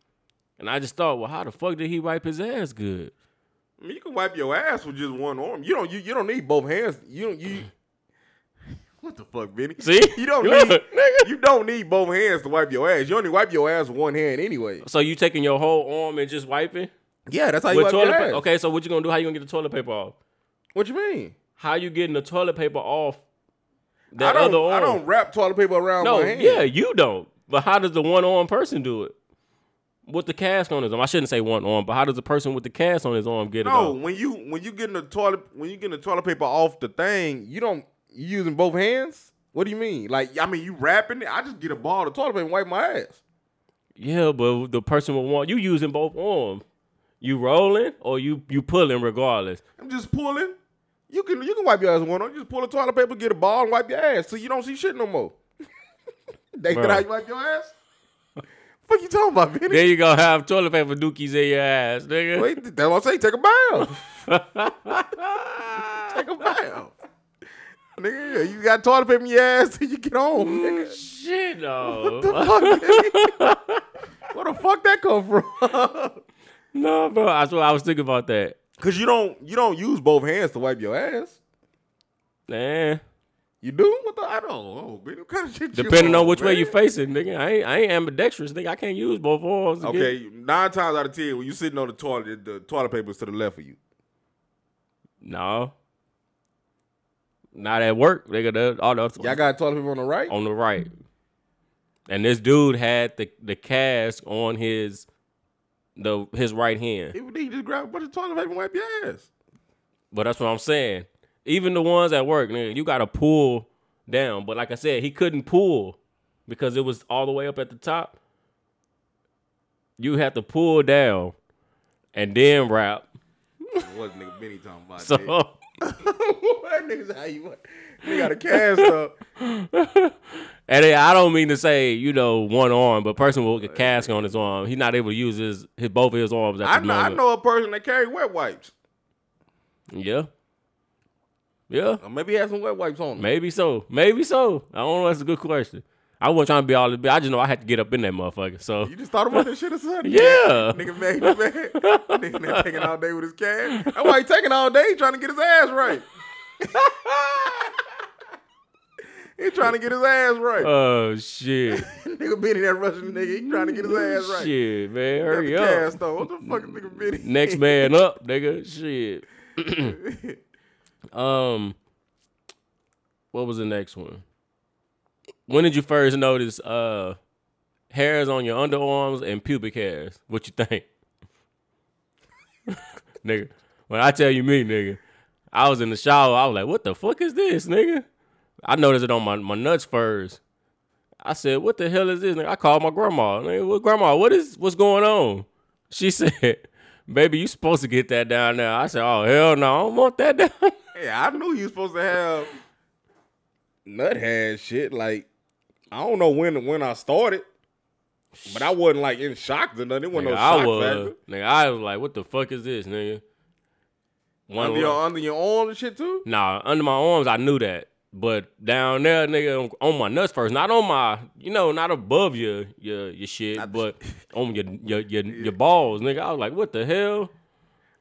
And I just thought, well, how the fuck did he wipe his ass good? I mean, you can wipe your ass with just one arm. You don't. You, you don't need both hands. You don't. You. [LAUGHS] What the fuck, Vinny? See? [LAUGHS] you don't Look, need. nigga. You don't need both hands to wipe your ass. You only wipe your ass with one hand anyway. So you taking your whole arm and just wiping Yeah, that's how Oh, you with wipe toilet your paper? ass. Okay, so what you gonna do? How you gonna get the toilet paper off? What you mean? How you getting the toilet paper off I that don't. other arm? I don't wrap toilet paper around No, my hand. yeah, you don't. But how does the one arm person do it? With the cast on his arm. I shouldn't say one arm, but how does the person with the cast on his arm get No, it off? when you when you getting the toilet when you getting the toilet paper off the thing, you don't you using both hands. What do you mean? Like I mean, you wrapping it. I just get a ball of toilet paper and wipe my ass. Yeah, but the person with one you using both arms. You rolling or you you pulling regardless. I'm just pulling. You can you can wipe your ass with one on. You just pull the toilet paper, get a ball, and wipe your ass, so you don't see shit no more. [LAUGHS] they Bruh. that how you wipe your ass? Fuck you talking about, Vinny? There you go, have toilet paper dookies in your ass, nigga. Wait, that's what I say. Take a bow. take a bow. Nigga, yeah, you got toilet paper in your ass till you get home, [LAUGHS] nigga. Shit no. What the fuck, nigga? [LAUGHS] Where the fuck that come from? [LAUGHS] No, bro. That's what I was thinking about that. Cause you don't you don't use both hands to wipe your ass. Nah. You do? What the? I don't know. man. What kind of shit you Depending on which way man? you facing, nigga. I ain't I ain't ambidextrous, nigga. I can't use both arms. to get- Okay, nine times out of ten, when you sitting on the toilet, the toilet paper's to the left of you. No. Not at work, nigga. The, all the Y'all got toilet paper on the right? on the right. And this dude had the the cask on his the his right hand. Even then, you just grab a bunch of toilet paper and wipe your ass. But that's what I'm saying. Even the ones at work, nigga, you gotta pull down. But like I said, he couldn't pull because it was all the way up at the top. You have to pull down and then wrap. [LAUGHS] What nigga Benny talking about? [LAUGHS] So [LAUGHS] nigga? that nigga's how you wipe. You got a cast up. And then I don't mean to say you know one arm, but person with a cask on his arm, he's not able to use his, his both of his arms. At [LAUGHS] I the know, I moment. know a person that carry wet wipes. Yeah, yeah, Or Uh, maybe he has some wet wipes on him. maybe so, maybe so. I don't know. That's a good question. I wasn't trying to be all the. I just know I had to get up in that motherfucker. So You just thought about that shit or [LAUGHS] something? Yeah. Nigga made it, man. [LAUGHS] Nigga been taking all day with his cash. That's why he taking all day trying to get his ass right. [LAUGHS] he trying to get his ass right. oh [LAUGHS] shit, nigga Benny that Russian nigga, he trying to get his ass right. shit, man, Got the hurry cash up. though. What the fuck is nigga Benny? Next man up, nigga. Shit. [CLEARS THROAT] um, what was the next one? When did you first notice uh hairs on your underarms and pubic hairs? What you think, [LAUGHS] nigga? When I tell you me, nigga, I was in the shower. I was like, "What the fuck is this, nigga?" I noticed it on my my nuts first. I said, "What the hell is this?" Nigga, I called my grandma. Nigga, what grandma? What is what's going on? She said, "Baby, you supposed to get that down there." I said, "Oh hell no, I don't want that down." [LAUGHS] there." [LAUGHS] Yeah, I knew he was supposed to have nut had shit. Like, I don't know when when I started. But I wasn't like in shock or nothing. It wasn't Nigga, no I shock was, factor. nigga, I was like, "What the fuck is this, nigga?" One Under your, under your arm and shit too? Nah, under my arms, I knew that. But down there, nigga, on, on my nuts first, not on my, you know, not above your your your shit, but [LAUGHS] on your your your, your balls, nigga. I was like, what the hell?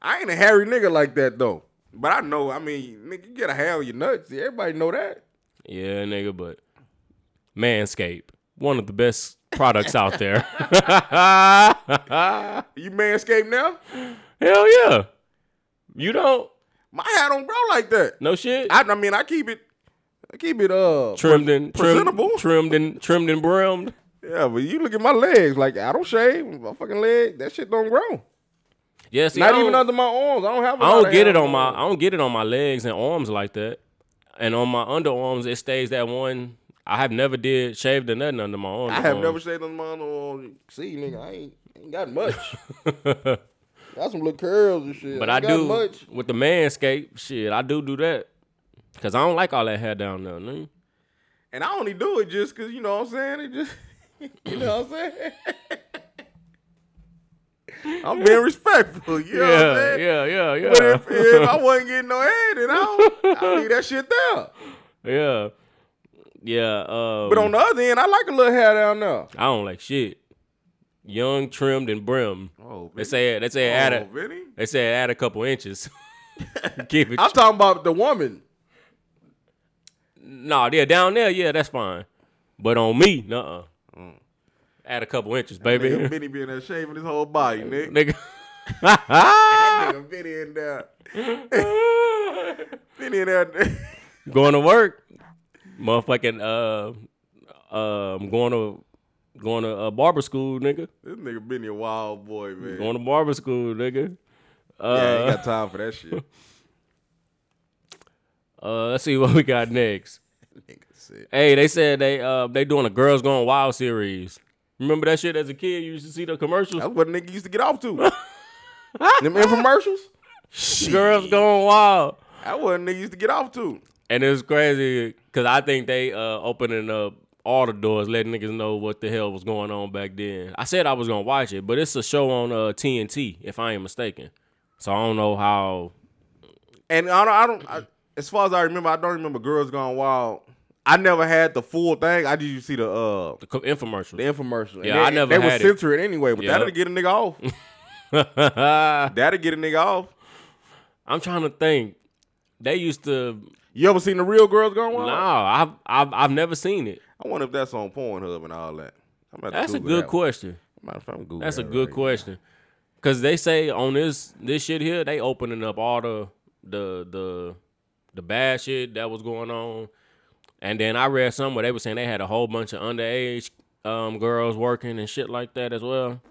I ain't a hairy nigga like that though. But I know, I mean, nigga, you get a hair on your nuts. Everybody know that. Yeah, nigga, but Manscaped, one of the best products out [LAUGHS] there. [LAUGHS] You manscaped now? Hell yeah. You don't? My hair don't grow like that. No shit. I, I mean, I keep it, I keep it uh trimmed and trimmed, presentable. trimmed and trimmed and brimmed. Yeah, but you look at my legs. Like I don't shave. My fucking leg, that shit don't grow. Yeah, see, I Not don't- even under my arms. I don't have. I I don't get it on my I don't get it on my legs and arms like that. And on my underarms it stays that one I have never did shaved or nothing under my arms. I have never shaved under my arms. Oh, See, nigga, I ain't, ain't [LAUGHS] got much. got some little curls and shit. But ain't I got do much. with the manscape shit, I do do that. Cause I don't like all that hair down there, nigga. And I only do it just because, you know what I'm saying? It just, [LAUGHS] you know what I'm saying? [LAUGHS] I'm being respectful. You know what I'm Yeah, saying? yeah, yeah, yeah. But if, [LAUGHS] if I wasn't getting no head, then I don't, I leave that shit there. yeah. Yeah. Um, But on the other end, I like a little hair down there. I don't like shit. Young, trimmed, and brim. Oh, They say they say add oh, a really? they say add a couple [LAUGHS] inches. Keep it. I'm talking about the woman. nah, yeah, down there, yeah, that's fine. But on me, nuh-uh. Add a couple inches, Mm. [LAUGHS] Nigga, baby. Benny be in there shaving his whole body, nigga. Nigga. [LAUGHS] Nigga, Benny in there. Benny in there. [LAUGHS] [LAUGHS] going to work, motherfucking uh, um, going to going to uh, barber school, nigga. this nigga Benny a wild boy, man. Going to barber school, nigga. yeah, Uh, ain't got time for [LAUGHS] that shit. uh, let's see what we got next. nigga said. Hey, they said they uh they doing a Girls Gone Wild series. Remember that shit as a kid? You used to see the commercials. That's what a nigga used to get [LAUGHS] off to. Them infomercials? Girls Gone Wild, That what a nigga used to get off to. and it was crazy because I think they uh opening up all the doors, letting niggas know what the hell was going on back then. I said I was gonna watch it, but it's a show on uh TNT, if I ain't mistaken. So I don't know how. And I don't, I don't I, as far as I remember, I don't remember Girls Gone Wild. I never had the full thing. I just used to see the uh The co- infomercial. the infomercial. And Yeah, they, I never They would had it. censor it anyway, but Yeah. that'll get a nigga off. [LAUGHS] that'll get a nigga off. [LAUGHS] I'm trying to think. They used to. You ever seen the real Girls Gone Wild? Nah, I've I've, I've never seen it. I wonder if that's on Pornhub and all that. I'm about to That's a Google good that one. question. Matter of fact, I'm Googling That's a that good right question. Cause they say on this this shit here, they opening up all the the the the bad shit that was going on. And then I read somewhere they were saying they had a whole bunch of underage um girls working and shit like that as well.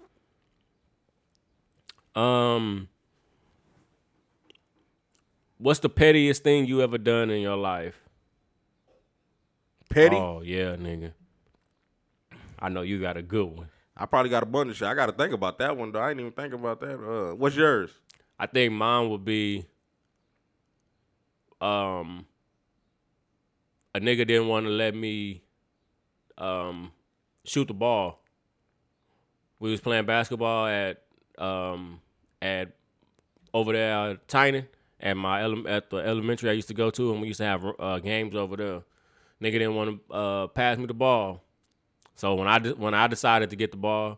Um What's the pettiest thing you ever done in your life? now. Petty. Oh yeah, nigga. I know you got a good one. I probably got a bunch of shit. I got to think about that one though. I ain't even think about that. Uh, what's yours? I think mine would be um a nigga didn't want to let me um shoot the ball. We was playing basketball at um at over there at Tiny at my ele- at the elementary I used to go to and we used to have uh, games over there. Nigga didn't want to uh, pass me the ball. So when I de- when I decided to get the ball,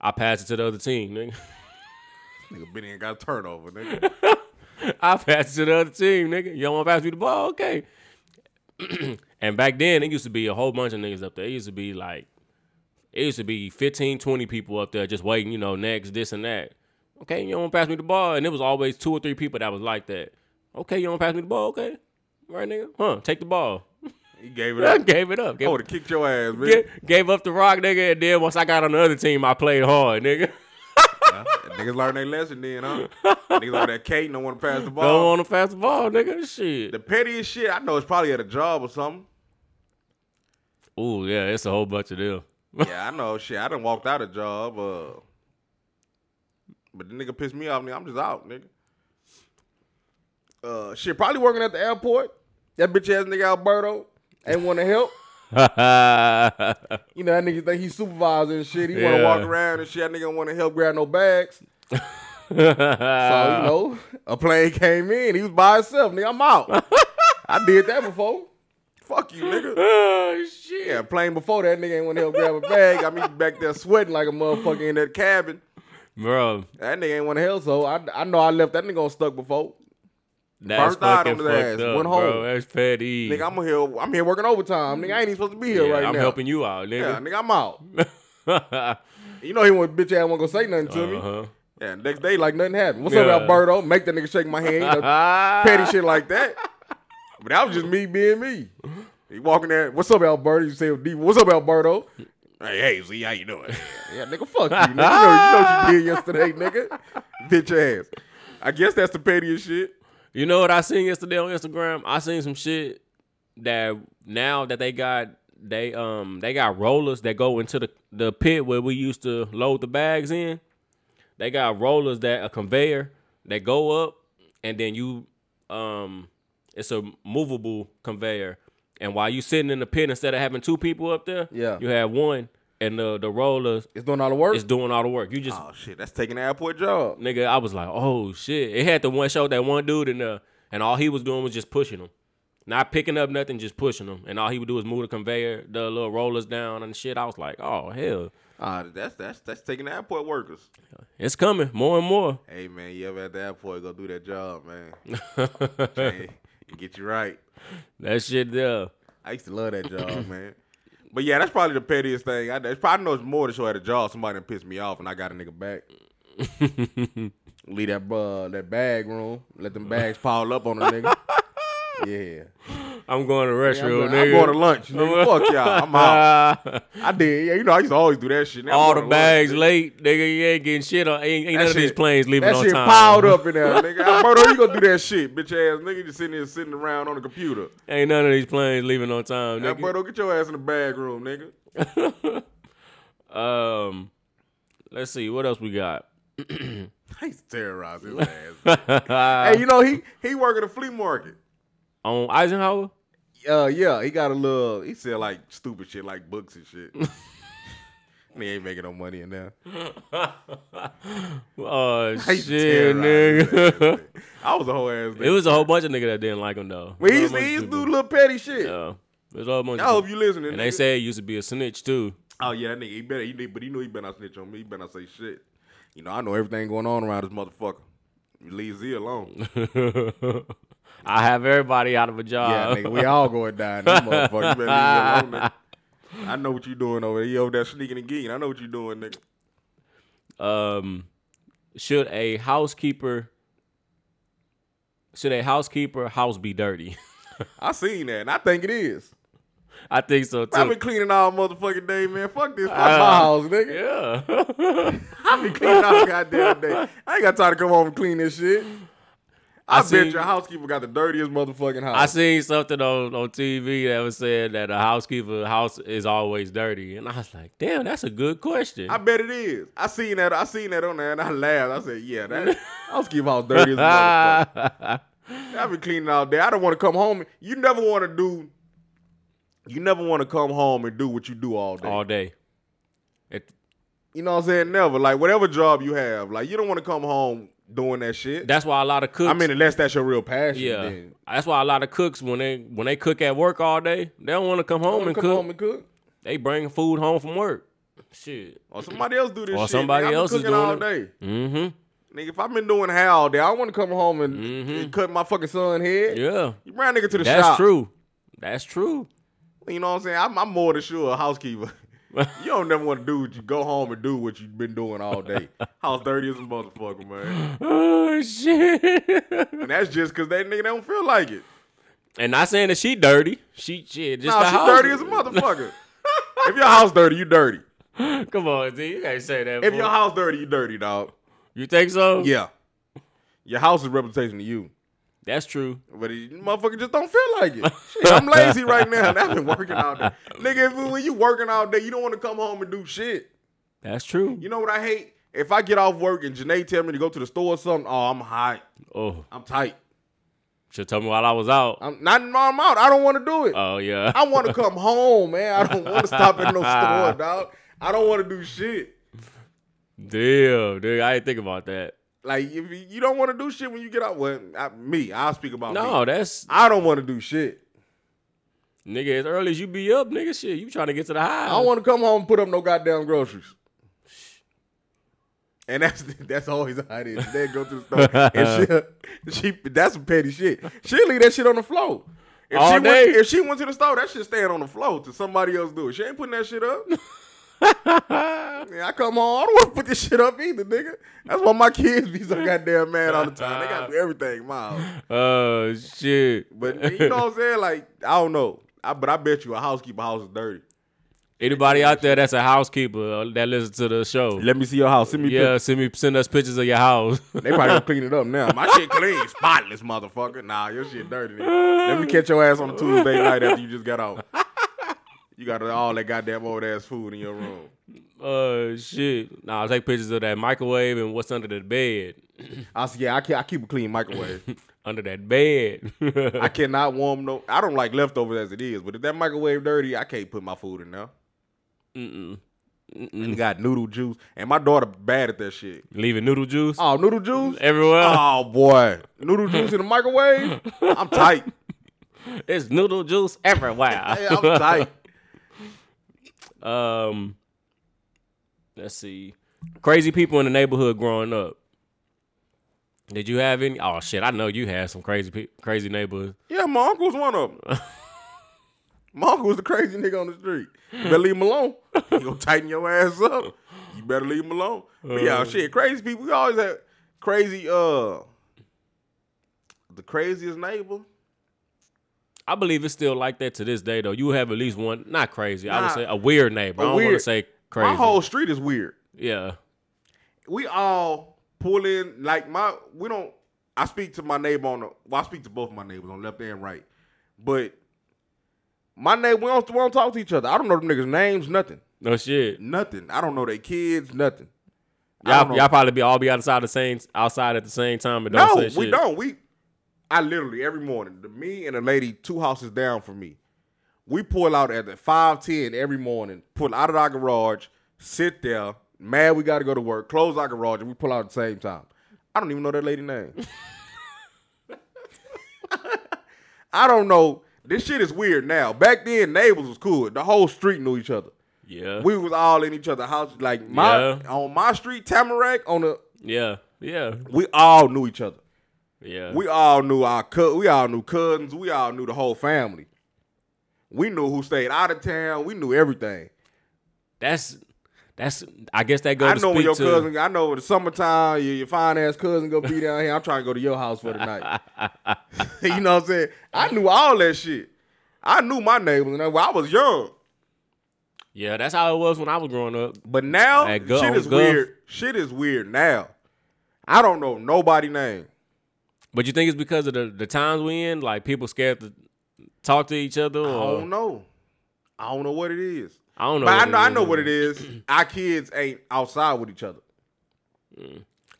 I passed it to the other team, nigga. Nigga, Benny ain't got a turnover, nigga. [LAUGHS] I pass it to the other team, nigga. You don't want to pass me the ball? Okay. [CLEARS THROAT] and back then, it used to be a whole bunch of niggas up there. It used to be like, it used to be 15, 20 people up there just waiting, you know, next, this and that. Okay, you don't want to pass me the ball. And it was always two or three people that was like that. Okay, you don't pass me the ball? Okay. Right, nigga? Huh, take the ball. [LAUGHS] He gave it I up. gave it up. I Gave, would have kicked your ass, man. [LAUGHS] gave, gave up the rock, nigga. And then once I got on the other team, I played hard, nigga. [LAUGHS] Niggas learn their lesson then, huh? Niggas over that Kate don't want to [LAUGHS] pass the ball. Don't want to pass the ball, nigga. Shit. The pettiest shit I know is probably at a job or something. Ooh, yeah, it's a whole bunch of them. Yeah, I know shit. I done walked out a job, uh, but the nigga pissed me off. Nigga, I'm just out, nigga. Uh, shit, probably working at the airport. That bitch ass nigga Alberto ain't want to help. [LAUGHS] You know that nigga think he supervisor and shit. He want Yeah. to walk around and shit. That nigga want to help grab no bags. So you know, a plane came in. He was by himself. Nigga, I'm out. I did that before. Fuck you, nigga. Oh shit. Yeah, playing before that nigga ain't want to help grab a bag. I mean, back there sweating like a motherfucker in that cabin. [LAUGHS] Bro, That nigga ain't want to help, so I, I know I left that nigga on stuck before. that's Burnt out fucking on his fucked ass, up, went bro. home. That's petty. Nigga, I'm here. I'm here working overtime. Nigga, I ain't even supposed to be here Yeah, right I'm now. helping you out, Yeah, nigga. nigga, I'm out. [LAUGHS] You know he want bitch ass won't go say nothing to me. uh-huh. Yeah, next day like nothing happened. What's Yeah. up, Alberto? Make that nigga shake my hand. [LAUGHS] You know, Uh-huh. petty shit like that. But that was just me being me. He walking there. What's up, Alberto? You say What's up, Alberto? Hey, hey, Z, how you doing? yeah, nigga, fuck you. Nigga. You, know, you know what you did yesterday, nigga. Bitch ass. I guess that's the pettiest shit. You know what I seen yesterday on Instagram? I seen some shit that now that they got they um they got rollers that go into the the pit where we used to load the bags in. They got rollers that a conveyor that go up and then you um it's a movable conveyor. And while you sitting in the pit instead of having two people up there, Yeah. you have one and the the rollers It's doing all the work. is doing all the work. You just oh shit, that's taking the airport job. nigga, I was like, oh shit. It had the one show that one dude in there, and all he was doing was just pushing him. Not picking up nothing, just pushing them, and all he would do is move the conveyor, the little rollers down and shit. I was like, oh hell, Uh, that's that's that's taking the airport workers. it's coming more and more. [LAUGHS] Hey man, you ever at the airport go do that job, man? Hey, get you right. That shit there. I used to love that job, [LAUGHS] man. But yeah, that's probably the pettiest thing. I, it's probably knows more to show at a job. Somebody done pissed me off, and I got a nigga [LAUGHS] back. Leave that uh, that bag room. Let them bags pile up on [LAUGHS] the nigga. Yeah. I'm going to rest I'm, real going, I'm nigga. going to lunch. Nigga. Fuck y'all. [LAUGHS] I'm out. I did. Yeah, you know, I used to always do that shit. Now I'm all the going to lunch. bags late, nigga. You ain't getting shit on. Ain't, ain't That none of these shit- planes leaving That on shit time. piled up in there, nigga. Alberto, you gonna do that shit, bitch ass nigga? Just sitting here sitting around on the computer. [LAUGHS] Ain't none of these planes leaving on time, nigga. Alberto, get your ass in the bag room, nigga. [LAUGHS] Um, let's see what else we got. [LAUGHS] I used to terrorize his ass. hey, you know he he work at a flea market. On Eisenhower, Uh, yeah, he got a little. He sell like stupid shit, like books [LAUGHS] and shit. [LAUGHS] And He ain't making no money in there. oh I used to shit, terrorize his ass, nigga. [LAUGHS] nigga. I was a whole ass. Nigga. it was a whole bunch of nigga that didn't like him though. But It he was used a to, bunch he used of to do people. little petty shit. Yeah, there's a whole bunch. I of hope people. you listening. And they nigga. said he used to be a snitch too. [LAUGHS] Oh yeah, that nigga. He better. He, need- but he knew he better not snitch on me. He better not say shit. You know, I know everything going on around this motherfucker. Leave Z [LAUGHS] alone. I have everybody out of a job. all going down. This motherfucker. [LAUGHS] You better leave me alone, nigga. I know what you doing over there. You over there sneaking and geeking. I know what you doing, [LAUGHS] nigga. um, should a housekeeper should a housekeeper house be dirty? [LAUGHS] I seen that, and I think it is. I think so I've been too. cleaning all motherfucking day, man. Fuck this. Fuck my house, nigga. Yeah. [LAUGHS] I've been cleaning all goddamn day. I ain't got time to come home and clean this shit. I, bet seen- your housekeeper got the dirtiest motherfucking house. I seen something on, on TV that was saying that a housekeeper house is always dirty, and I was like, damn, that's a good question. I bet it is. I seen that. I seen that on there, and I laughed. I said, "Yeah, that housekeeper house dirty as a motherfucker." [LAUGHS] I've been cleaning all day. I don't want to come home. You never want to do. You never want to come home and do what you do all day. All day. It, You know what I'm saying? Never. Like whatever job you have, like you don't want to come home doing that shit. that's why a lot of cooks. I mean, unless that's your real passion. yeah, Then. that's why a lot of cooks when they when they cook at work all day, they don't want to come home and come cook. home and cook. they bring food home from work. Shit. Or somebody else do this. Or shit. somebody nigga. I've been else is cooking doing all it. day. Mm-hmm. Nigga, if I've been doing hair all day, I want to come home and, and cut my fucking son head. Yeah, You bring a nigga to the that's shop. true. That's true. You know what I'm saying? I'm, I'm more than sure [LAUGHS] a housekeeper. you don't never want to do what you go home and do what you've been doing all day. House dirty as a motherfucker, man. Oh shit. And that's just because that nigga don't feel like it. and not saying that she dirty. She shit. Just Nah, the she house. dirty as [LAUGHS] a motherfucker. if your house dirty, you dirty. Come on, Z. You can't say that. If boy. your house dirty, you dirty, dog. you think so? Yeah. Your house is reputation to you. That's true. But it, motherfucker just don't feel like it. Shit, I'm lazy right now. and I've been working all day. Nigga, if, when you working all day, you don't want to come home and do shit. That's true. You know what I hate? If I get off work and Janae tell me to go to the store or something, oh, I'm hot. oh, I'm tight. she told me while I was out. I'm not no, I'm out. I don't want to do it. Oh yeah. I want to come home, man. I don't want to stop at no store, dog. I don't want to do shit. Damn, dude. I didn't think about that. Like if you you don't want to do shit when you get out, well, I, me, I'll speak about No, me. that's I don't want to do shit. nigga. As early as you be up, nigga. Shit, you trying to get to the high. I don't want to come home and put up no goddamn groceries. And that's that's always how it is. They go to the [LAUGHS] store and she, she that's some petty shit. She leave that shit on the floor. If All she day? Went, if she went to the store, that shit staying on the floor till somebody else do it. She ain't putting that shit [LAUGHS] up. yeah, I come home. I don't want to put this shit up either, nigga. That's why my kids be so goddamn mad all the time. They got to do everything, mom. Oh shit. But you know what I'm saying? Like I don't know. I, but I bet you a housekeeper house is dirty. Anybody out there that's a housekeeper uh, that listens to the show? Let me see your house. Send me Yeah, send me send us pictures of your house. [LAUGHS] They probably gonna clean it up now. My shit clean, [LAUGHS] spotless, motherfucker. Nah, your shit dirty. nigga. Let me catch your ass on a Tuesday night after you just got out. You got all that goddamn old ass food in your room. Oh shit. Nah, take pictures of that microwave and what's under the bed. I said, yeah, I, can, I keep a clean microwave. Under that bed. [LAUGHS] I cannot warm no. I don't like leftovers as it is, but if that microwave dirty, I can't put my food in there. Mm-mm. You got noodle juice, and my daughter bad at that shit. Leaving noodle juice Oh, noodle juice. everywhere. [LAUGHS] Oh boy, noodle juice in the microwave. I'm tight. It's noodle juice everywhere. Hey, I'm tight. Um, let's see. Crazy people in the neighborhood growing up. Did you have any? Oh shit! I know you had some crazy, pe- crazy neighborhoods. Yeah, my uncle's one of them. my uncle's the crazy nigga on the street. You better leave him alone. He gonna tighten your ass up. You better leave him alone. But yeah, shit, crazy people. We always had crazy. Uh, the craziest neighbor. I believe it's still like that to this day, though. You have at least one, not crazy. I would Nah. say a weird neighbor. I A don't want to weird- say crazy. My whole street is weird. yeah, we all pull in like my we don't I speak to my neighbor on the well, I speak to both my neighbors on left and right. But my neighbor we don't, we don't talk to each other. I don't know them niggas' names, nothing. no shit. Nothing. I don't know their kids, nothing. I don't Y'all, know- y'all probably be all be outside the same outside at the same time. And don't No, say we shit. don't. We I literally every morning, the me and the lady two houses down from me. We pull out at the five ten every morning, pull out of our garage, sit there, mad we gotta go to work, close our garage, and we pull out at the same time. I don't even know that lady name. I don't know. This shit is weird now. Back then, neighbors was cool. The whole street knew each other. Yeah, We was all in each other's house. Like my Yeah. on my street, Tamarack, on the yeah, yeah, we all knew each other. yeah. We all knew our cou- we all knew cousins, we all knew the whole family. We knew who stayed out of town, we knew everything. that's that's. I guess that goes. I to know when speak your to, cousin, I know in the summertime, your, your fine ass cousin gonna be down here. I'm trying to go to your house for [LAUGHS] the night. you know what I'm saying? I knew all that shit. I knew my neighbors, and I I was young. Yeah, that's how it was when I was growing up. But now Hey, go- shit is go- weird. Shit is weird now. I don't know nobody name. But you think it's because of the, the times we in? Like people scared to talk to each other? Or, I don't know. I don't know what it is. Uh, I don't know But I what it know I is. know what it is. [CLEARS THROAT] Our kids ain't outside with each other.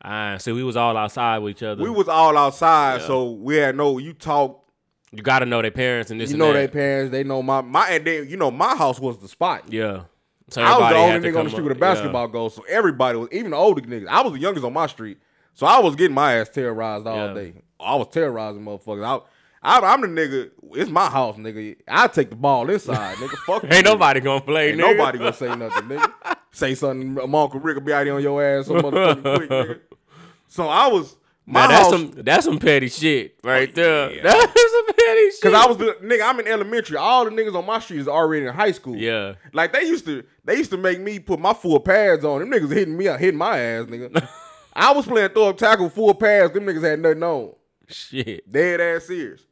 Ah, see, we was all outside with each other. We was all outside, so we had no. You talk, you got to know their parents and this. you and know that. their parents. They know my my and then you know my house was the spot. Yeah. So I was the everybody had only to nigga on come the street up- with a basketball goal, so everybody was even the older niggas. I was the youngest on my street, so I was getting my ass terrorized all Yeah. day. I was terrorizing motherfuckers. I, I, I'm the nigga. It's my house, nigga. I take the ball inside, nigga. Fuck. Yeah. [LAUGHS] [LAUGHS] Ain't you. nobody gonna play. Ain't nigga. nobody gonna say [LAUGHS] nothing, nigga. Say something, my Uncle Rick will be out here on your ass so [LAUGHS] motherfucking quick, nigga. So I was my Now, that's house some that's some petty shit right there. [LAUGHS] yeah. That's some petty shit. because I was the nigga. I'm in elementary. All the niggas on my street is already in high school. Yeah. like they used to. They used to make me put my full pads on. Them niggas hitting me, out, hitting my ass, [LAUGHS] nigga. I was playing throw up tackle full pads. Them niggas had nothing on. shit. Dead ass serious.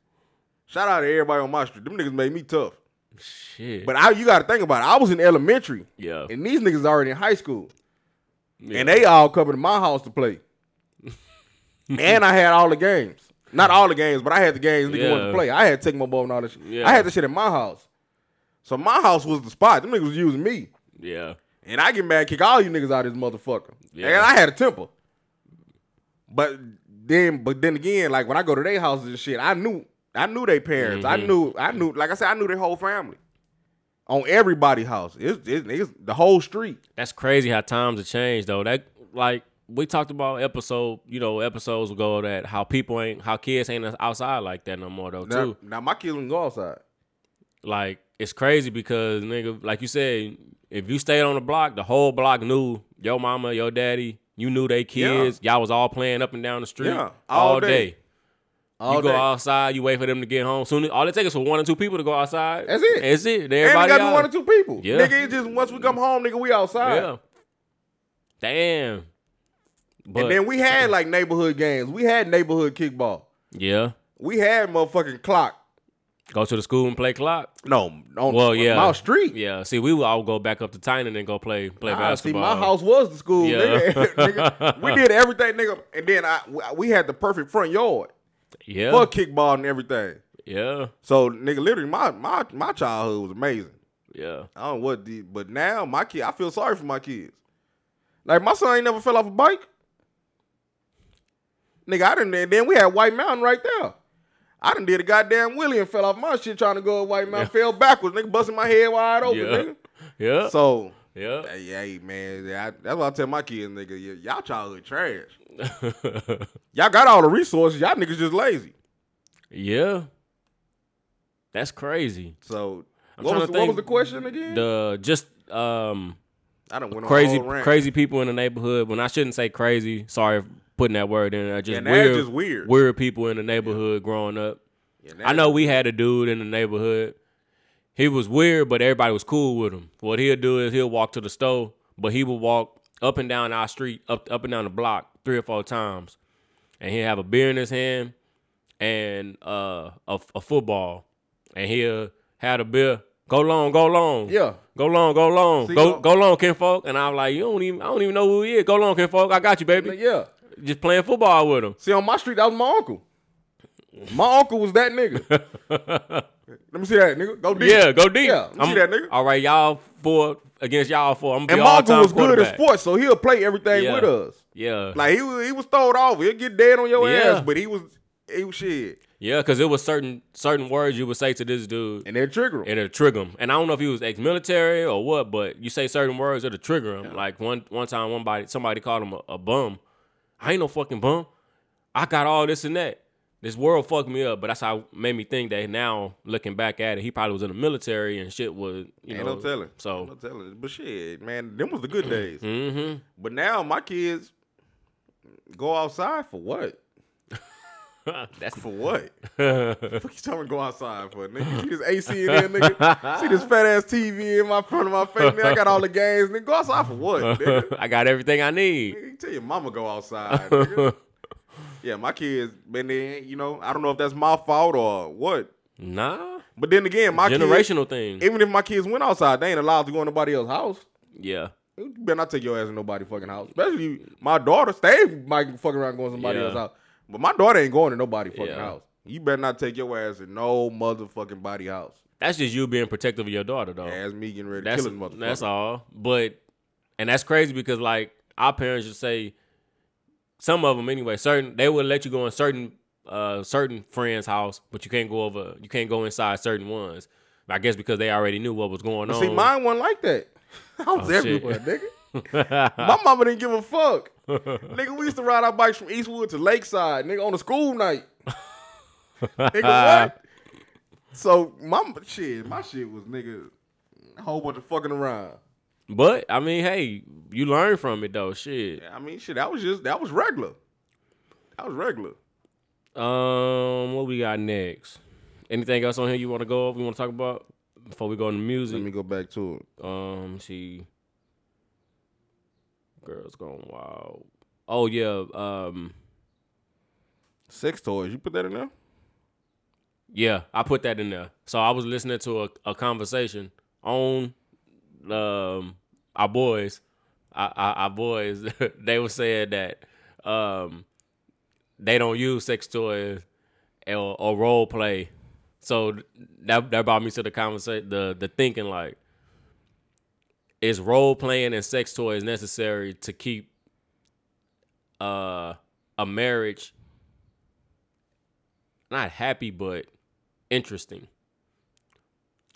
Shout out to everybody on my street. Them niggas made me tough. Shit. But I, you got to think about it. I was in elementary, yeah. and these niggas already in high school. yeah. and they all come to my house [LAUGHS] to play. and I had all the games. Not all the games, but I had the games niggas wanted Yeah. to play. I had Tecmo Bowl and all that shit. Yeah. I had the shit in my house. So my house was the spot. Them niggas was using me. yeah. And I get mad and kick all you niggas out of this motherfucker. Yeah. And I had a temper. But then but then again, like when I go to their houses and shit, I knew I knew their parents. Mm-hmm. I knew I knew like I said, I knew their whole family. On everybody's house. It's, it's, it's the whole street. That's crazy how times have changed though. That like we talked about episode, you know, episodes ago that how people ain't how kids ain't outside like that no more though Now, too. now my kids don't go outside. Like it's crazy because nigga, like you said, if you stayed on the block, the whole block knew your mama, your daddy, you knew they kids. Y'all was all playing up and down the street Yeah, all all day. day. All you go day. outside, you wait for them to get home. Soon, as- all it takes is for one or two people to go outside. That's it. That's it. Then And it Everybody got to out. be one or two people. Yeah. Nigga, it's just once we come home, nigga, we outside. Yeah. Damn. But And then we had like neighborhood games. We had neighborhood kickball. yeah, We had motherfucking clock. go to the school and play clock. No, no. Well, yeah, My street. Yeah, see, we would all go back up to Tynan and go play play Nah, Ah, see, basketball. my house was the school, Yeah. nigga. [LAUGHS] Nigga, [LAUGHS] We did everything, nigga. And then I, we had the perfect front yard yeah, for kickball and everything. yeah, So, nigga, literally, my my my childhood was amazing. yeah. I don't know what, the, but now my kid, I feel sorry for my kids. Like my son ain't never fell off a bike. Nigga, I didn't. Then we had White Mountain right there. I done did a goddamn wheelie and fell off my shit trying to go to White Mountain. Fell backwards, nigga, busting my head wide open, Yeah. nigga. Yeah, So, yeah. [LAUGHS] hey, hey, man, I, that's what I tell my kids, nigga. y- y'all childhood trash. Y'all got all the resources. Y'all niggas just lazy. yeah. That's crazy. So I'm what trying was, to what was think- the question again? The just um I don't went on a crazy whole rant. crazy people in the neighborhood. When I shouldn't say crazy, sorry for putting that word in. there. Just And that's weird, just weird. weird people in the neighborhood growing up. Yeah, I know we had a dude in the neighborhood. He was weird, but everybody was cool with him. What he'll do is he'll walk to the store, but he will walk up and down our street, up up and down the block three or four times, and he'll have a beer in his hand and uh, a, a football, and he'll have a beer. Go long, go long. Yeah. Go long, go long. See, go go- go long, kinfolk. And I'm like, you don't even I don't even know who he is. Go long, kinfolk. I got you, Like, baby. yeah. Just playing football with him. See, on my street, that was my uncle. My uncle was that nigga. [LAUGHS] Let me see that nigga. Go deep. Yeah, go deep. Yeah, you see that nigga? All right, y'all four against y'all four. I'm gonna be And my all uncle time was good at quarterback. sports, so he'll play everything Yeah. with us. Yeah, Like he was, he was thrown off. He'll get dead on your Yeah. ass, but he was he was shit, yeah, because it was certain certain words you would say to this dude, and they'll trigger him. and it'll trigger him. And I don't know if he was ex-military or what, but you say certain words, it'll trigger him. Like one one time, one body, somebody called him a, a bum. I ain't no fucking bum. I got all this and that. This world fucked me up, but that's how made me think that now looking back at it, he probably was in the military and shit was you Ain't know no telling. So Ain't no telling. But shit, man, them was the good days. hmm But now my kids go outside for what? [LAUGHS] that's [LAUGHS] For what? Fuck you talking go outside for nigga? See this AC in there, nigga. See this fat ass TV in my front of my face. Man, I got all the games. Nigga, go outside for what? [LAUGHS] Nigga? I got everything I need. Nigga, tell your mama go outside. Nigga. Yeah, my kids been there. You know, I don't know if that's my fault or what. nah, But then again, my kids, generational thing. even if my kids went outside, they ain't allowed to go in nobody else's house. yeah, You better not take your ass in nobody fucking house. Especially my daughter. They might fuck around going to somebody Yeah. else's house. But my daughter ain't going to nobody fucking Yeah. house. You better not take your ass in no motherfucking body house. that's just you being protective of your daughter, though. As me getting ready Oh. that's to kill this motherfucker. that's all. But and that's crazy because like our parents would say, some of them anyway. Certain they would let you go in certain uh certain friends' house, but you can't go over. You can't go inside certain ones. I guess because they already knew what was going But on. see, [LAUGHS] mine wasn't like that. I was Oh, shit. [LAUGHS] everywhere, nigga. my mama didn't give a fuck. nigga, we used to ride our bikes from Eastwood to Lakeside, nigga, on a [LAUGHS] school night. nigga, what? So my shit, my shit was nigga, a whole bunch of fucking around. but I mean, hey, you learn from it though. Shit. I mean, shit, that was just that was regular. That was regular. Um, what we got next? Anything else on here you want to go over? You want to talk about before we go into music? Let me go back to it. Um, she girls going wild. Oh yeah, um, Sex toys. You put that in there? yeah, I put that in there. So I was listening to a, a conversation on um our boys, our, our, our boys. [LAUGHS] they were saying that um they don't use sex toys or, or role play. So that that brought me to the conversation, the the thinking like, is role playing and sex toys necessary to keep uh a marriage not happy but interesting?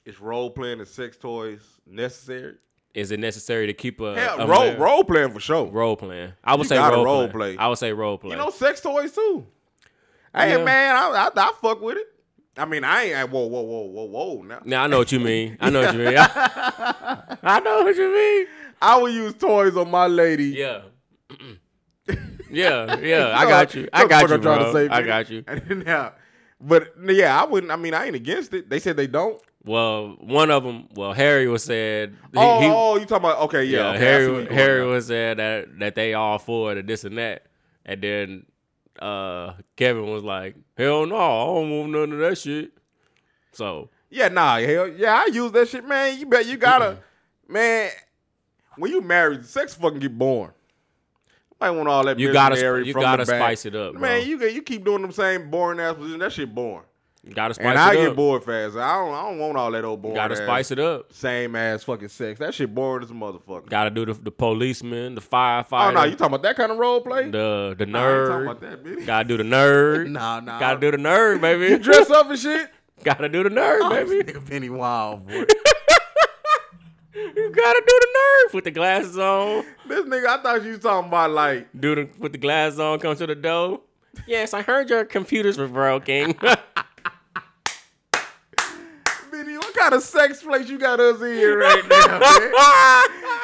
Is role playing and sex toys necessary? Is it necessary to keep a, Uh, Hell, a role mar- role playing for sure. role playing? I would You say gotta role, role play. play. I would say role play. You know, sex toys too. Hey Yeah. man, I, I I fuck with it. I mean, I ain't. I, whoa, whoa, whoa, whoa, whoa. Now now I know what you mean. I know what you mean. [LAUGHS] I, know what you mean. I would use toys on my lady. Yeah. [CLEARS THROAT] yeah, yeah, I know got what- you. I got what the fuck you, I'm trying to bro. say, I nigga. got you. [LAUGHS] And then, yeah, but yeah, I wouldn't. I mean, I ain't against it. They said they don't. Well, one of them. Well, Harry was said. He, oh, he- oh, you talking about? Okay, yeah. yeah. okay, I see where Harry, you going Harry now. was said that that they all for it and this and that, and then uh, Kevin was like, "Hell no, I don't want none of that shit." So Yeah, nah, hell, yeah, I use that shit, man. You bet you gotta, man. When you married, sex fucking get boring. I want all that. You gotta sp- missionary you from gotta the back. spice it up, bro. man. You get- you keep doing them same boring ass positions. That shit boring. you gotta spice And it I up. get bored fast. I don't. I don't want all that old boring. gotta ass, spice it up. Same ass fucking sex. That shit boring as a motherfucker. Gotta do the, the policeman, the Oh firefighter, no, you talking about that kind of role play? the the Nah, I ain't talking nerd. about that, bitch. gotta do the nerd. [LAUGHS] Nah, nah. Gotta do the nerd, baby. Dress Oh, up and shit. [LAUGHS] gotta do the nerd, [LAUGHS] This baby. nigga Penny Wild, boy. You gotta do the nerd. Put the glasses on. this nigga, I thought you was talking about like Do the put the glasses on. Come to the door. [LAUGHS] Yes, I heard your computers were broken. video. What kind of sex place you got us in right [LAUGHS] now, man?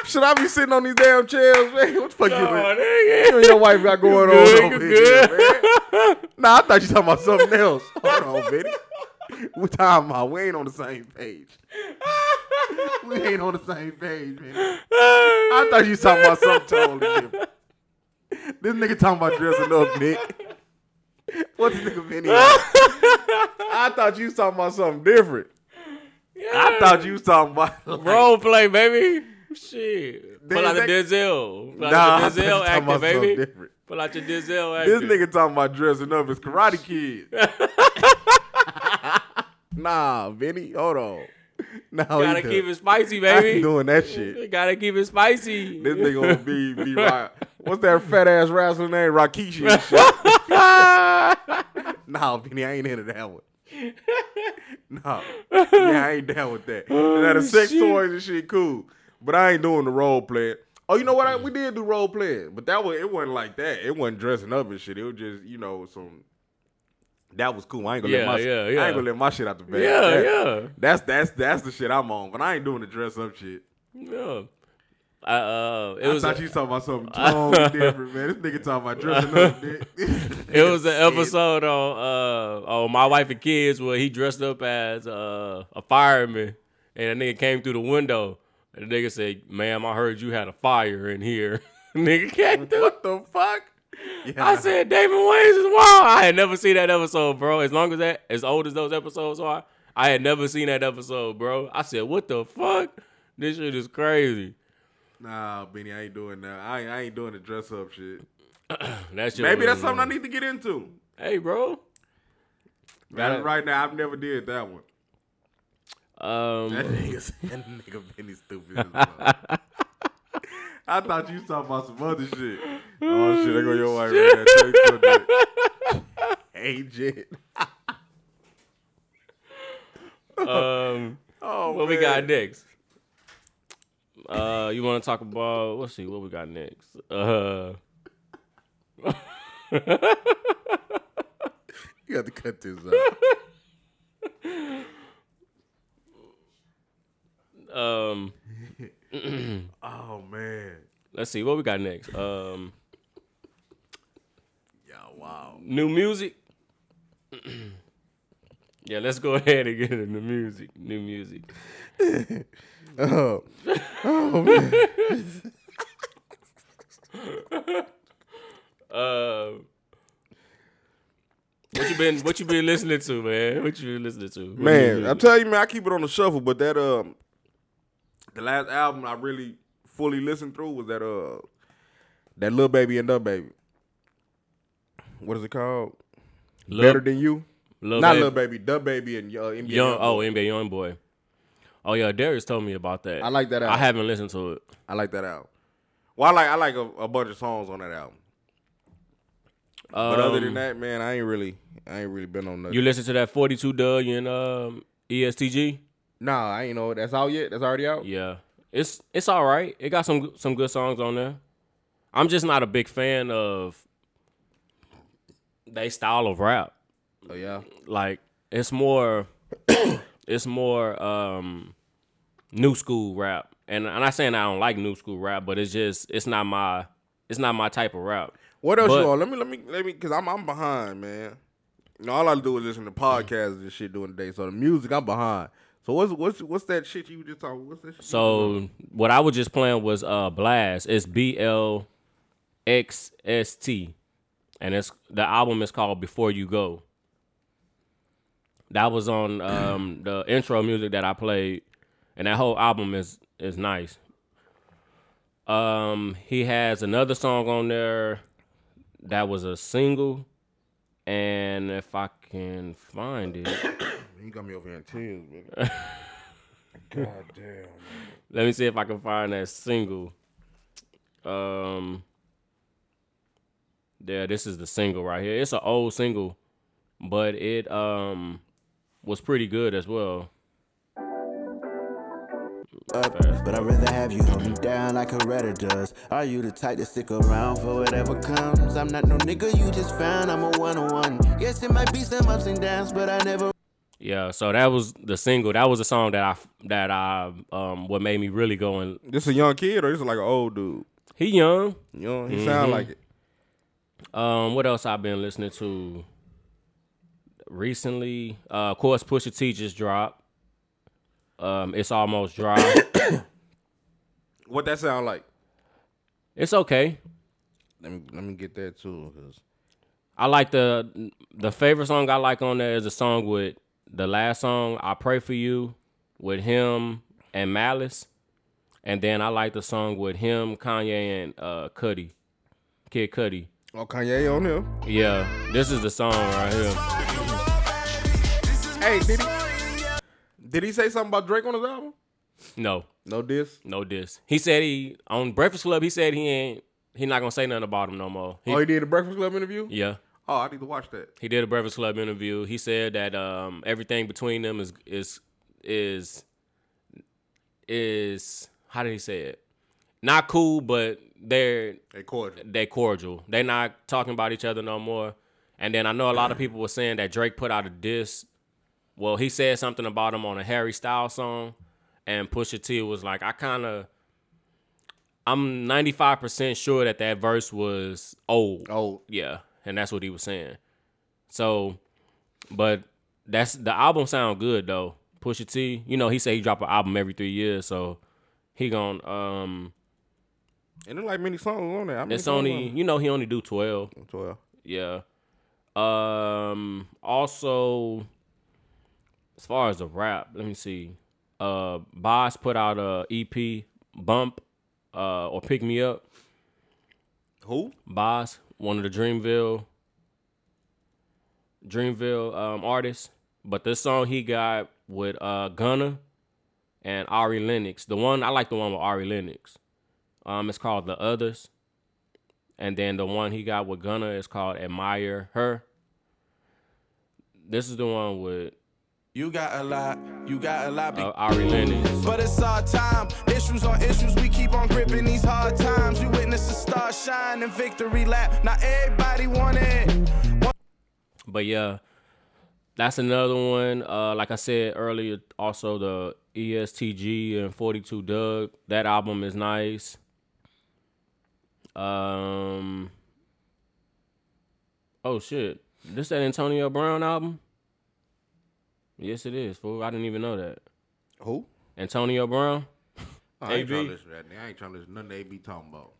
Should I be sitting on these damn chairs, man? What the fuck you Oh, doing? nigga. You and your wife got going good, on you over good. here, man. [LAUGHS] Nah, I thought you talking about something else. Hold on, Vinny. We talking about we ain't on the same page. We ain't on the same page, man. I thought you was talking about something totally different. This nigga talking about dressing up, Nick. What this nigga Vinny? on? I thought you was talking about something different. [LAUGHS] I thought you was talking about like, Role play, baby. Shit. Pull out the They- Denzel. Pull Nah, [LAUGHS] out I the thought you Denzel talking actor, about something baby. different. Pull out your Denzel actor. This nigga talking about dressing up as Karate [LAUGHS] Kid. nah, Vinny, hold on. No, Gotta keep it spicy, [LAUGHS] baby. [LAUGHS] doing that shit. Gotta keep it spicy. This nigga gonna be be right. What's that fat ass wrestler name? Rakishi and [LAUGHS] shit. nah, Vinny, I ain't into that one. Nah, yeah, I ain't down with that. now the sex Oh, shit. toys and shit, cool, but I ain't doing the role play. Oh, you know what? I, we did do role playing, but that was it wasn't like that. It wasn't dressing up and shit. It was just you know some. That was cool. I ain't gonna Yeah, let my yeah, I yeah. ain't gonna let my shit out the [LAUGHS] bag. Yeah, That- yeah. That's that's that's the shit I'm on, but I ain't doing the dress up shit. Yeah. I, uh, it I was thought you talking about something totally [LAUGHS] different, man. This nigga talking about dressing up. Dick. it [LAUGHS] was an episode on uh on my wife and kids where he dressed up as uh, a fireman and a nigga came through the window and the nigga said, "Ma'am, I heard you had a fire in here." [LAUGHS] nigga came through. What the fuck? Yeah. I said, "David Wayne's is wild." I had never seen that episode, bro. As long as that, as old as those episodes are, I had never seen that episode, bro. I said, "What the fuck? This shit is crazy." [CLEARS THROAT] Nah, Benny, I ain't doing that. I ain't, I ain't doing the dress up shit. That shit. Maybe was- that's something I need to get into. Hey, bro. Man, Gotta- right now, I've never did [LAUGHS] that one. That [LAUGHS] Um, nigga, that nigga Benny stupid as [LAUGHS] well. I thought you was talking about some other shit. Oh shit, I go your wife right there. Tell you something. [LAUGHS] Hey Jet. um, Oh, what we man. got next? Uh, you want to talk about? Let's see what we got next. Uh, You have to cut this [LAUGHS] out. um, oh man. let's see what we got next. Um, Yeah, wow. new music. [CLEARS THROAT] yeah, let's go [LAUGHS] ahead and get into music. New music. [LAUGHS] [LAUGHS] Oh. Uh, what you been? What you been listening to, man? What you been listening to? What Man, music? I tell you, man, I keep it on the shuffle, but that um the last album I really fully listened through was that uh that little baby and the baby. What is it called? Lil- Better than you? Lil Not Baby. little baby, the baby and uh, Young, NBA. Young, oh, NBA Young Boy. Oh yeah, Darius told me about that. I like that I album. haven't listened to it. I like that album. Well, I like I like a, a bunch of songs on that album, but other than Um, that, man, I ain't really I ain't really been on nothing. you listen to that forty two Doug and um, ESTG. nah, I ain't know that's out yet. That's already out. Yeah, it's it's all right. It got some some good songs on there. I'm just not a big fan of they style of rap. Oh yeah, Like it's more [COUGHS] it's more um new school rap. And I'm not saying I don't like new school rap, but it's just it's not my it's not my type of rap. What else But- you on? Let me let me let me because I'm I'm behind, man. You know, all I do is listen to Mm. podcasts and shit during the day. So the music, I'm behind. So what's what's what's that shit you just talking? What's that shit? So what I was just playing was uh Blast. It's B L X S T. And it's the album is called Before You Go. That was on um [CLEARS THROAT] the intro music that I played. And that whole album is is nice. Um he has another song on there that was a single. And if I can find it. you got me over here in tears, Mm-hmm. man. God damn. man. Let me see if I can find that single. Um, yeah, this is the single right here. It's an old single, but it um was pretty good as well. up, Uh, but I'd rather have you hold me down like Coretta does. Are you the type to stick around for whatever comes? I'm not no nigga you just found, I'm a one on one. Yes, it might be some ups and downs, but I never Yeah, so that was the single. That was a song that I that I um what made me really go and This a young kid or this is like an old dude? he young. You know, he sound like it. Um, what else I've been listening to recently? Uh, of course, Pusha T just dropped. Um, it's almost dry. [COUGHS] What that sound like? it's okay. Let me let me get that too, cause I like the the favorite song I like on there is a song with the last song I pray for you with him and Malice, and then I like the song with him, Kanye, and uh Cudi, Kid Cudi. oh Kanye on him. Yeah, this is the song right here. Hey, did he did he say something about Drake on his album? No, No diss. no diss. He said he on Breakfast Club. He said he ain't. He not gonna say nothing about him no more. He- oh, he did a Breakfast Club interview. yeah, Oh, I need to watch that. he did a Breakfast Club interview. He said that um, everything between them is is is is how did he say it? Not cool, but they're Hey, Cordial. they cordial. They not talking about each other no more. And then I know a lot of people were saying that Drake put out a diss. Well, he said something about him on a Harry Styles song, and Pusha T was like, "I kind of, I'm 95 percent sure that that verse was old." Oh, Yeah, and that's what he was saying. So, but that's the album sound good though. Pusha T, you know, he said he drop an album every three years, so he gon' um, and there's like many songs on there. I mean, it's only you know he only do twelve. twelve. Yeah. Um also as far as the rap, let me see. Uh Boss put out a EP Bump uh or Pick Me Up. Who? Boss, one of the Dreamville Dreamville um artists. But this song he got with uh Gunna and Ari Lennox. The one I like the one with Ari Lennox. Um it's called The Others. And then the one he got with Gunna is called Admire Her. This is the one with You got a lot, you got a lot. uh, Ari Lennox. But it's our time. Issues on issues, we keep on gripping these hard times. We witness the star shine and victory lap. Now everybody want it. But yeah, that's another one. Uh, like I said earlier, also the E ESTG and 42 Doug. That album is nice. Um. Oh shit! This that Antonio Brown album? Yes, it is. Fool, I didn't even know that. Who? Antonio Brown. I ain't AB. trying to listen to that nigga. I ain't trying to listen to nothing they be [LAUGHS] talking about.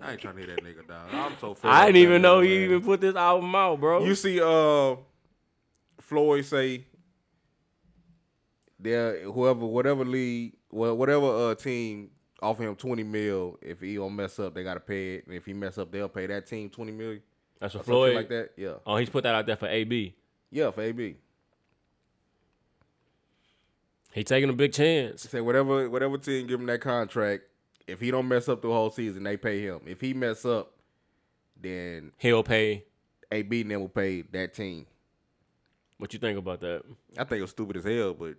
I ain't trying to hear that nigga, dog. I'm so fed I up didn't with even that know nigga, he man. even put this album out, bro. You see, uh, Floyd say, "There, whoever, whatever league, well, whatever uh team offer him twenty mil. If he don't mess up, they gotta pay it. And if he mess up, they'll pay that team twenty million. That's what Or Floyd Floyd. like that. Yeah, Oh, he's put that out there for AB. yeah, for AB. He taking a big chance. Say whatever, whatever team give him that contract. If he don't mess up the whole season, they pay him. If he mess up, then He'll pay. AB then will pay that team. What you think about that? I think it was stupid as hell, but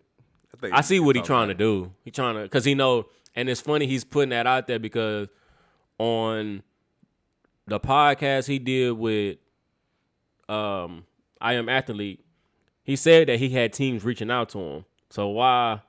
I think I see what he trying to do. He trying to because he know, and it's funny he's putting that out there because on the podcast he did with um I am athlete, he said that he had teams reaching out to him. So why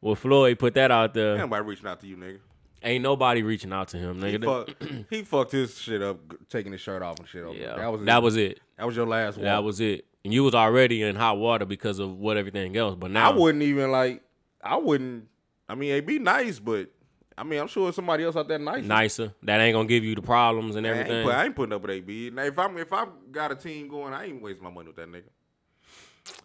would Floyd put that out there? Ain't Nobody reaching out to you, nigga. Ain't nobody reaching out to him, He, nigga. fuck, [CLEARS THROAT] he fucked his shit up, g- taking his shirt off and shit. Over. yeah, that was that was it. that was your last one. That was it. And you was already in hot water because of what everything else. But now I wouldn't even like. I wouldn't. I mean, AB nice, but I mean, I'm sure somebody else out there nice. nicer. That ain't gonna give you the problems and I ain't, everything. put- I ain't putting up with AB. Now, if I'm if I got a team going, I ain't wasting my money with that nigga.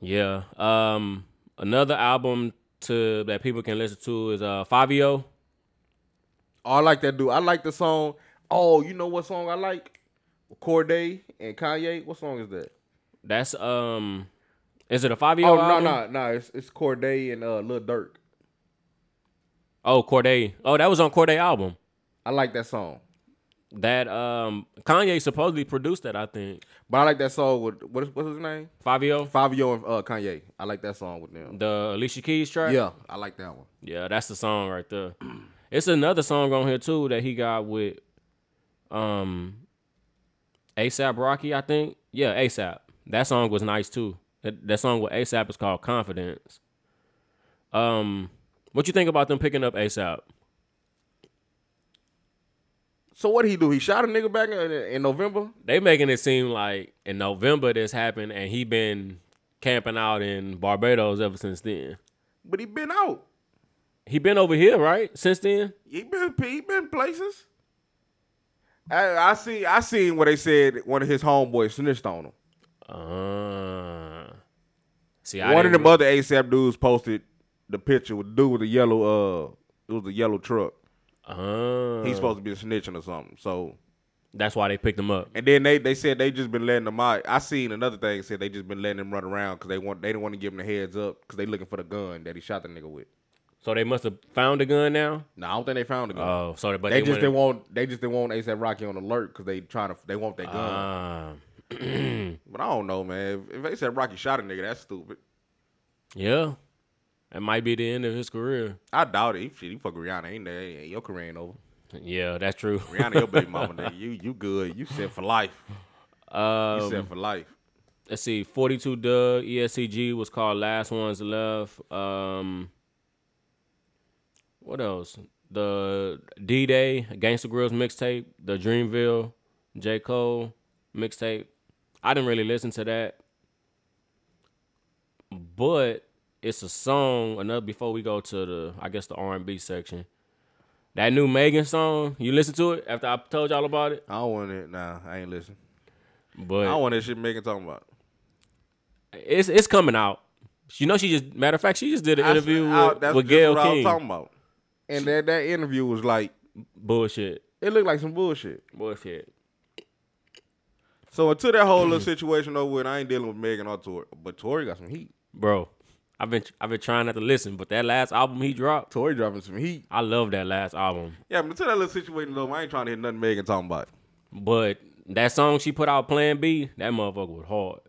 Yeah. Um another album to that people can listen to is uh Fabio. Oh, I like that dude. I like the song. Oh, you know what song I like? Corday and Kanye. What song is that? That's um is it a Fabio? Oh no album? no no! It's it's Corday and uh, Lil Durk. Oh Corday. Oh, that was on Corday album. I like that song. That um Kanye supposedly produced that, I think. But I like that song with what is, what's his name? Fabio? Fabio and uh, Kanye. I like that song with them. The Alicia Keys track? Yeah, I like that one. Yeah, that's the song right there. It's another song on here too that he got with um ASAP Rocky, I think. Yeah, ASAP. That song was nice too. That, that song with ASAP is called Confidence. Um, what you think about them picking up ASAP? So what did he do? He shot a nigga back in, in November. They making it seem like in November this happened and he been camping out in Barbados ever since then. But he been out. He been over here, right? Since then? He been he been places. I, I see I seen where they said one of his homeboys snitched on him. Uh, see, I one of didn't them other ASAP dudes posted the picture with dude with the yellow uh it was a yellow truck. re- Uh, He's supposed to be snitching or something. So that's why they picked him up. and then they, they said they just been letting them out. I seen another thing said they just been letting him run around because they want they didn't want to give him the heads up because they looking for the gun that he shot the nigga with. So they must have found a gun now. No, I don't think they found the gun. Oh, sorry, but they, they, just went- didn't want they just didn't want ASAP Rocky on alert because they trying to they want that gun. Uh, But I don't know, man. If, if ASAP Rocky shot a nigga, that's stupid. yeah, that might be the end of his career. I doubt it. He, shit, he fuck Rihanna. Ain't that ain't- your career ain't over? Yeah, that's true. Rihanna, your baby mama. Nigga. You you good? You set for life. You Um, set for life. let's see, E 42 Doug ESCG was called Last Ones Left. Um, what else? The D Day Gangsta Grills mixtape, the Dreamville J Cole mixtape. I didn't really listen to that, but it's a song. Another before we go to the, I guess the R and B section. That new Megan song, you listen to it after I told y'all about it. I don't want it. Nah, I ain't listen. But I don't want that shit Megan talking about. It's it's coming out. You know, she just matter of fact, she just did an I- interview I- with, with Gail what I was King. talking about. And that that interview was like bullshit, it looked like some bullshit. bullshit. So until that [CLEARS THROAT] whole little situation over with, I ain't dealing with Megan or Tori. But Tori got some heat. Bro, I've been I've been trying not to listen, but that last album he dropped, Tori dropping some heat. I love that last album. Yeah, but until that little situation over, I ain't trying to hear nothing Megan talking about. But that song she put out, Plan B, that motherfucker was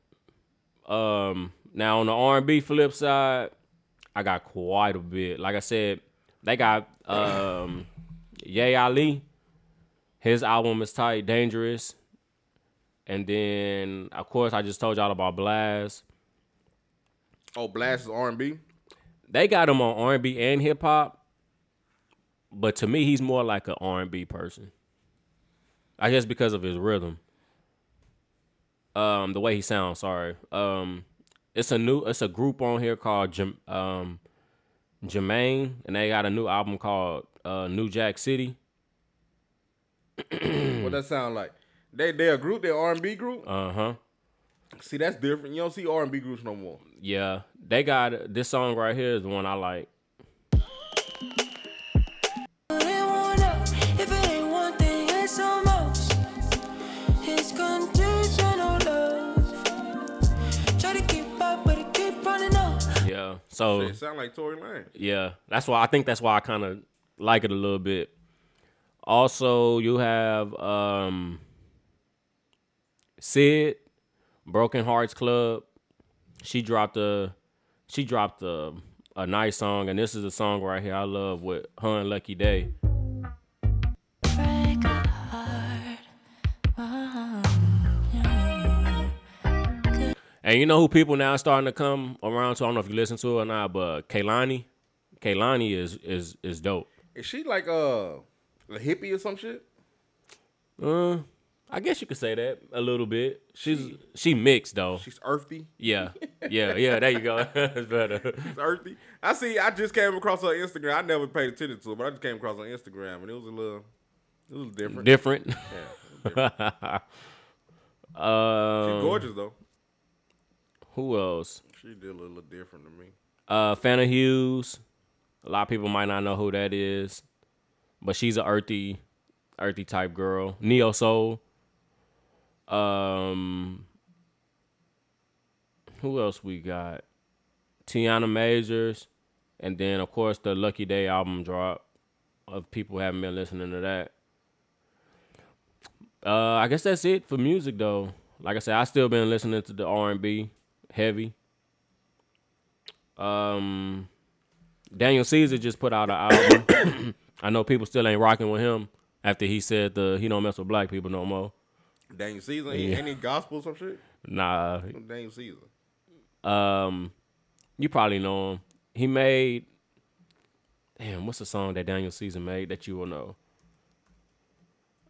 hard. Um, now on the R and B flip side, I got quite a bit. Like I said, they got um, [COUGHS] Ye Ali. His album is tight, dangerous. And then, of course, I just told y'all about Blast. Oh, Blast is R and B. They got him on R and B and hip hop, but to me, he's more like an R and B person. I guess because of his rhythm, um, the way he sounds. Sorry, um, it's a new, it's a group on here called Jam, um, Jermaine, and they got a new album called uh, New Jack City. What that sound like? They they a group, they R and B group. Uh huh. See, that's different. You don't see R and B groups no more. Yeah, they got this song right here is the one I like. If it ain't one thing, it's almost. It's conditional love. Try to keep up, but it keep running off. Yeah, so It sound like Tory Lane. Yeah, that's why I think that's why I kind of like it a little bit. Also, you have um Sid, Broken Hearts Club. She dropped a she dropped a a nice song, and this is a song right here I love with her and Lucky Day. Break a heart. Uh-huh. And you know who people now starting to come around to? I don't know if you listen to her or not, but Kaylani. Kaylani is is is dope. Is she like uh, a hippie or some shit? Uh, I guess you could say that a little bit. She's she mixed though. She's earthy. Yeah, yeah, yeah. There you go. [LAUGHS] That's better. She's earthy. I see. I just came across her Instagram. I never paid attention to it, but I just came across her Instagram, and it was a little, it was different. Different. yeah, [LAUGHS] Uh, she's gorgeous though. who else? She did a little different to me. Uh, Fanta Hughes. A lot of people might not know who that is, but she's a earthy, earthy type girl. Neo soul. Um, who else we got? Tiana Majors, and then of course the Lucky Day album drop. Of people haven't been listening to that. Uh, I guess that's it for music though. Like I said, I still been listening to the R and B heavy. Um, Daniel Caesar just put out an album. [COUGHS] I know people still ain't rocking with him after he said the he don't mess with black people no more. Daniel Caesar, he, Yeah. ain't he gospel or some shit? Nah, Daniel Caesar. um, you probably know him. He made, damn, what's the song that Daniel Caesar made that you will know?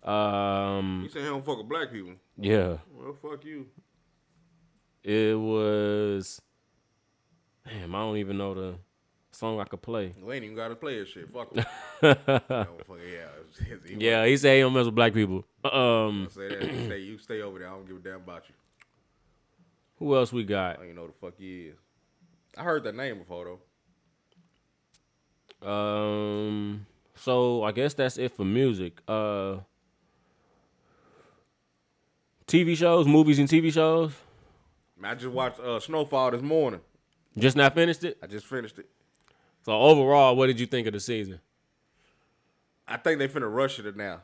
Um, You said he don't fuck with black people. yeah, Well, fuck you. it was. Damn, I don't even know the song I could play. We ain't even got to play his shit. Fuck him. no, fuck yeah. He was- Yeah, he said he don't mess with black people. Um, Say that. You stay, you stay over there. I don't give a damn about you. who else we got? I don't even know who the fuck he is. I heard that name before though. Um, so I guess that's it for music. Uh, TV shows, movies, and TV shows. Man, I just watched uh, Snowfall this morning. Just not finished it. I just finished it. So overall, what did you think of the season? I think they finna rush it now.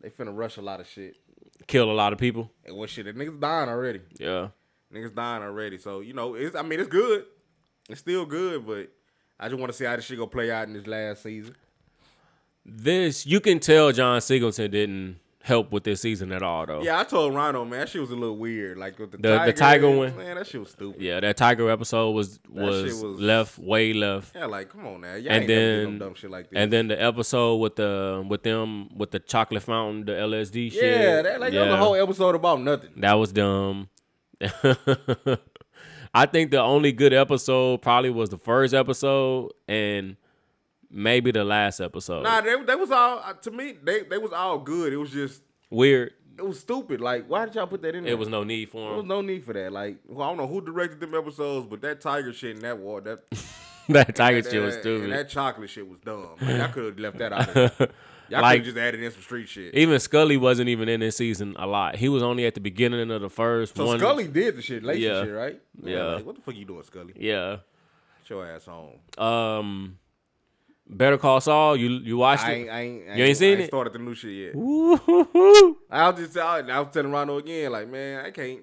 They finna rush a lot of shit. Kill a lot of people. And what shit? The niggas dying already. Yeah. Niggas dying already. So you know, it's. I mean, it's good. It's still good, but I just want to see how this shit gonna play out in this last season. This you can tell John Singleton didn't help with this season at all though. Yeah, I told Rhino, man, that shit was a little weird. Like with the, The- the tiger, tiger one? Man, that shit was stupid. Yeah, Yeah, that Tiger episode was was, shit was- left way left. like come on now, y'all And ain't never did then- no dumb shit like this. And then the episode with the with them with the chocolate fountain, the LSD shit. yeah, that like that was Yeah. a whole episode about nothing. That was dumb. [LAUGHS] I think the only good episode probably was the first episode and maybe the last episode. Nah, they, they was all uh, to me. They they was all good. It was just Weird. it was stupid. Like why did y'all put that in? It there? was no need for There him. was no need for that. Like well, I don't know who directed them episodes, but that tiger shit and that war that that Tiger [LAUGHS] that, shit was and stupid. that chocolate shit was dumb. [LAUGHS] Like, y'all could have left that out. Of there. Y'all Like- could have just added in some street shit. even Scully wasn't even in this season a lot. He was only at the beginning of the first So one. Scully did the shit late Yeah. and shit, right? Yeah. Like, what the fuck you doing, Scully? Yeah. Get your ass home. Um Better Call Saul, you you watched I it? ain't, I ain't, I You ain't seen I it? Started the new shit yet. Woo-hoo-hoo. I was just, I, I was telling Rondo again, like, man, I can't,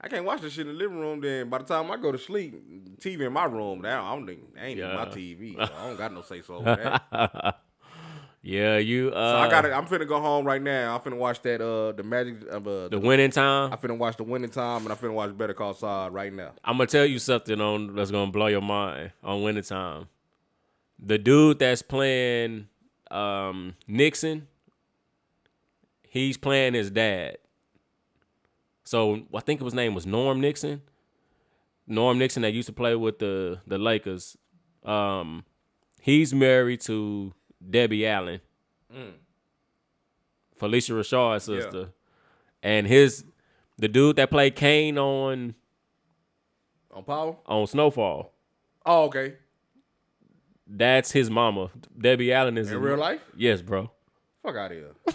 I can't watch this shit in the living room. Then by the time I go to sleep, TV in my room now, I don't think, I ain't even my Yeah. [LAUGHS] TV. So I don't got no say so over that. Yeah, you uh So I got, to I'm finna go home right now. I'm finna watch that, uh, the magic of uh, the winning time. I finna watch the winning time, and I finna watch Better Call Saul right now. I'm gonna tell you something on that's gonna blow your mind on winter time. The dude that's playing um, Nixon, he's playing his dad. So I think his name was Norm Nixon. Norm Nixon that used to play with the the Lakers. Um, he's married to Debbie Allen, Felicia Rashad's Yeah. sister, and his the dude that played Kane on On Power? on Snowfall. Oh, okay. That's his mama. Debbie Allen is In his- real life? Yes, bro. Mm-hmm. Fuck out of here. [LAUGHS]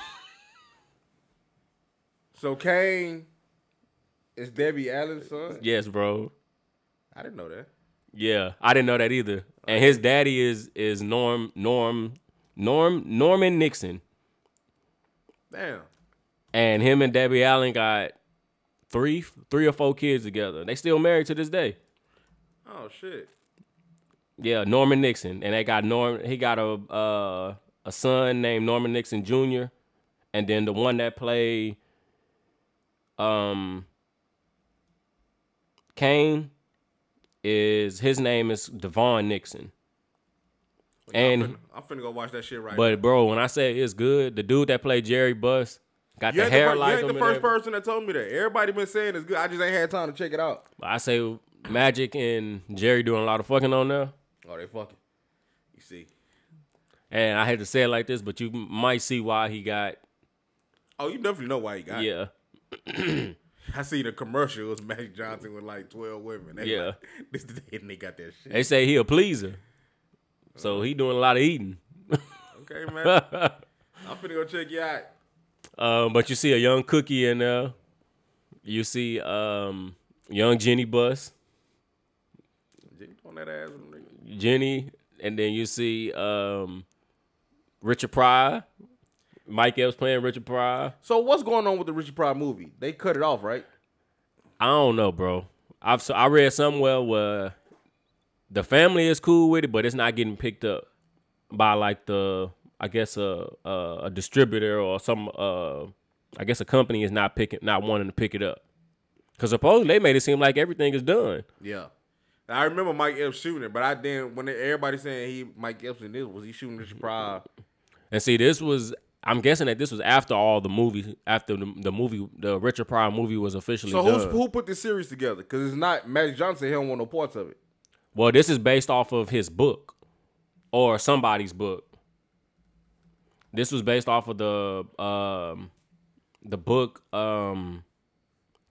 so Kane is Debbie Allen's son? Yes, bro. I didn't know that. Yeah, I didn't know that either. And his daddy is is Norm Norm Norm Norman Nixon, Damn. and him and Debbie Allen got three three or four kids together. They still married to this day. Oh shit. Yeah, Norman Nixon, and they got Norm. He got a uh, a son named Norman Nixon Jr. And then the one that played um Kane is his name is Devon Nixon. And- I'm finna, I'm finna go watch that shit right But bro, when I say it's good, the dude that played Jerry Buss got now. You the ain't hair the, fir- you like ain't him. the and first everything. person that told me that. Everybody been saying it's good. I just ain't had time to check it out. I say Magic and Jerry doing a lot of fucking on there. Oh, they fucking. You see. And I hate to say it like this, but you might see why he got Oh, you definitely know why he got it. yeah. I see the commercials. Magic Johnson with like twelve women. They Yeah. like, [LAUGHS] this is the and they got that shit. They say he a pleaser, so he doing a lot of eating. [LAUGHS] Okay, man. I'm finna go check you out. Um, but you see a young Cookie in there. You see um, young Jenny Bus, Jiggy on that ass, nigga. Jenny, and then you see um, Richard Pryor. Mike Epps playing Richard Pryor. So what's going on with the Richard Pryor movie? They cut it off, right? I don't know, bro. I've s- I read somewhere where the family is cool with it, but it's not getting picked up by like the I guess a a, a distributor or some uh I guess a company is not picking not wanting to pick it up. Because supposedly they made it seem like everything is done. Yeah. I remember Mike Epps shooting it, but I didn't. When everybody saying he Mike Epps and this was he shooting this pride? And see, this was I'm guessing that this was after all the movie, after the, the movie, the Richard Pryor movie was officially So done. who's, who put this series together? Because it's not Magic Johnson. He don't want no parts of it. well, this is based off of his book or somebody's book. This was based off of the um, the book. Um,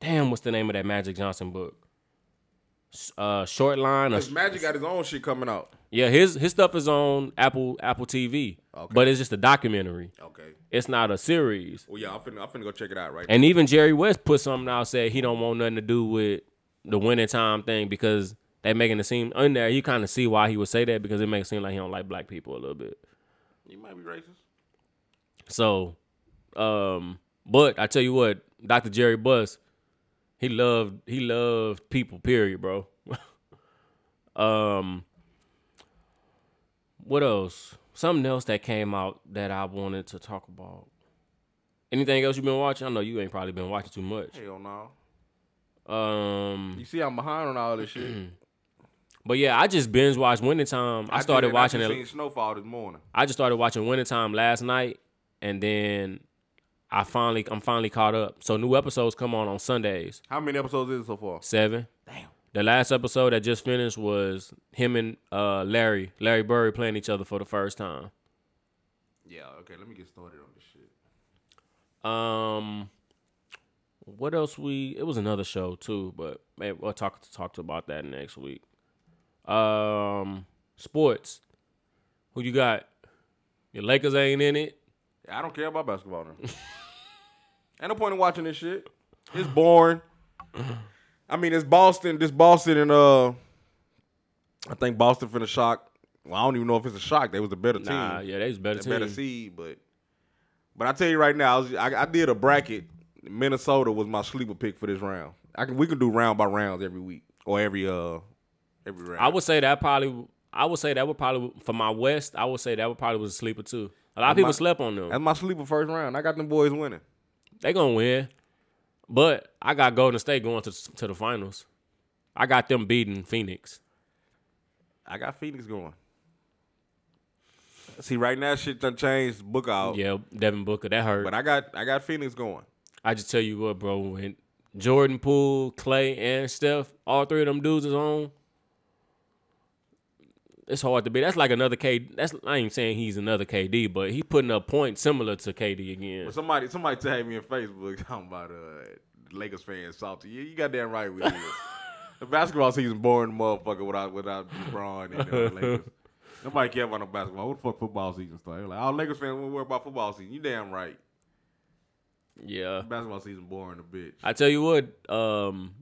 damn, what's the name of that Magic Johnson book? S- Uh, short line. Or, Because Magic got his own shit coming out. yeah, his his stuff is on Apple Apple TV, Okay. but it's just a documentary. Okay. It's not a series. Well, yeah, I'm finna, I'm finna go check it out right And even Jerry West put something out said he don't want nothing to do with the winning time thing because they making it seem in there. You kind of see why he would say that because it makes it seem like he don't like black people a little bit. now. You might be racist. So, um, but I tell you what, Dr. Jerry Buss, he loved he loved people. Period, bro. [LAUGHS] um, what else? Something else that came out that I wanted to talk about. Anything else you've been watching? I know you ain't probably been watching too much. Hell no. Um, You see, I'm behind on all this shit. but yeah, I just binge watched Winter Time. I, started just- watching I it. just Seen Snowfall this morning. I just started watching Winter Time last night, and then I finally, I'm finally caught up. So new episodes come on on Sundays, How many episodes is it so far? seven. Damn. The last episode that just finished was him and uh, Larry, Larry Bird playing each other for the first time. Yeah. Okay. Let me get started on this shit. Um, what else we? It was another show too, but maybe we'll talk talk about that next week. Um, sports. Who you got? Your Lakers ain't in it. I don't care about basketball now. [LAUGHS] Ain't no point in watching this shit. It's boring. I mean, it's Boston. This Boston and uh, I think Boston finna shock. Well, I don't even know if it's a shock. They was the better Nah, team, yeah, they was better the team. better seed. But but I tell you right now, I, was, I, I did a bracket. Minnesota was my sleeper pick for this round. I can we can do round by rounds every week or every uh every round. I would say that probably. I would say that would probably for my West. I would say that would probably was a sleeper too. A lot of people my- slept on them. That's my sleeper first round. I got them boys winning. They gonna win, but I got Golden State going to to the finals. I got them beating Phoenix. I got Phoenix going. See, right now shit done changed book out. Yeah, Devin Booker, that hurt. But I got I got Phoenix going. I just tell you what, bro. When Jordan Poole, Clay, and Steph, all three of them dudes is on. It's hard to be. That's like another K. That's I ain't saying he's another KD, but he putting up points similar to KD again. But somebody somebody tagged me on Facebook [LAUGHS] talking about uh Lakers fans salty. Yeah, you got damn right we is. the basketball season boring motherfucker without without LeBron and the Lakers. Nobody care about no basketball. What the fuck football season started? Like all Lakers fans will worry about football season. You damn right. Yeah, Basketball season boring a bitch. I tell you what. Um,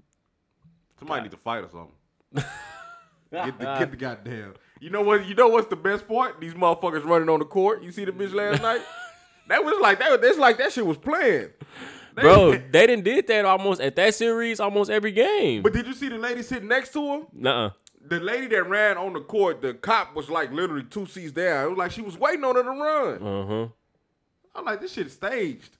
Somebody need to fight or something. [LAUGHS] get the get the goddamn. You know what? You know what's the best part? These motherfuckers running on the court. You see the bitch last [LAUGHS] night? That was like that. was- That's like that shit was playing, They- bro, they didn't did that almost at that series almost every game. But did you see the lady sitting next to him? Nuh-uh. The lady that ran on the court, the cop was like literally two seats down. It was like she was waiting on her to run. Uh huh. I'm like, this shit is staged.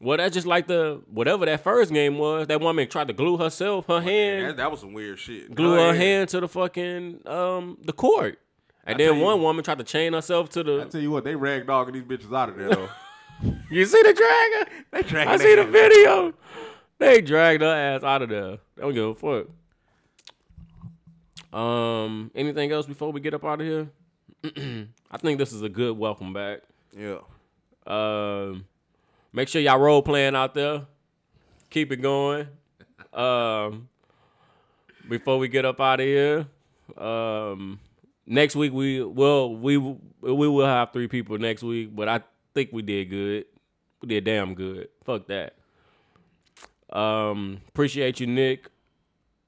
Well, that's just like the whatever that first game was. That woman tried to glue herself, her hand, That, that was some weird shit. glue her hand to the fucking um the court, and tell then you- one woman tried to chain herself to I the. tell you what, they ragdogging these bitches out of there though. You see the dragon? they dragging. I that see the ass. video. They dragged her ass out of there. They don't give a fuck. Um, anything else before we get up out of here? [CLEARS THROAT] I think this is a good welcome back. [LAUGHS] Yeah. Um, make sure y'all role playing out there. Keep it going. Um, before we get up out of here, um, next week we well we we will have three people next week, but I think we did good. We did damn good. Fuck that. Um, appreciate you, Nick.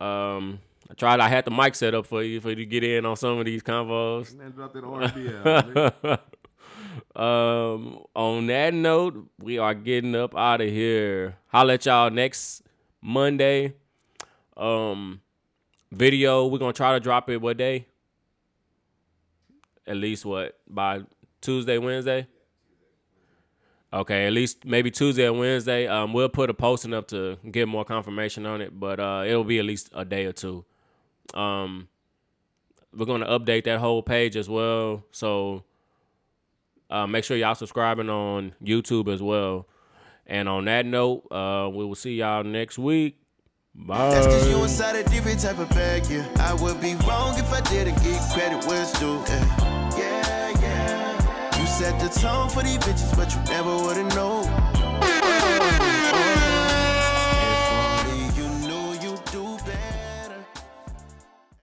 Um, I tried. I had the mic set up for you for you to get in on some of these convos. Man, drop that R&B out, nigga. [LAUGHS] um, on that note, we are getting up out of here. Holla at y'all next Monday. Um, video we're gonna try to drop it what day? At least what by Tuesday, Wednesday. Okay, at least maybe Tuesday or Wednesday. Um, we'll put a posting up to get more confirmation on it, but uh, it'll be at least a day or two. Um, we're gonna update that whole page as well, so uh, make sure y'all subscribing on YouTube as well. And on that note, uh, we will see y'all next week. Bye. That's cause you inside a different type of bag, yeah. I would be wrong if I didn't give credit where it's due, yeah. Yeah, yeah. You set the tone for these bitches, but you never would've known.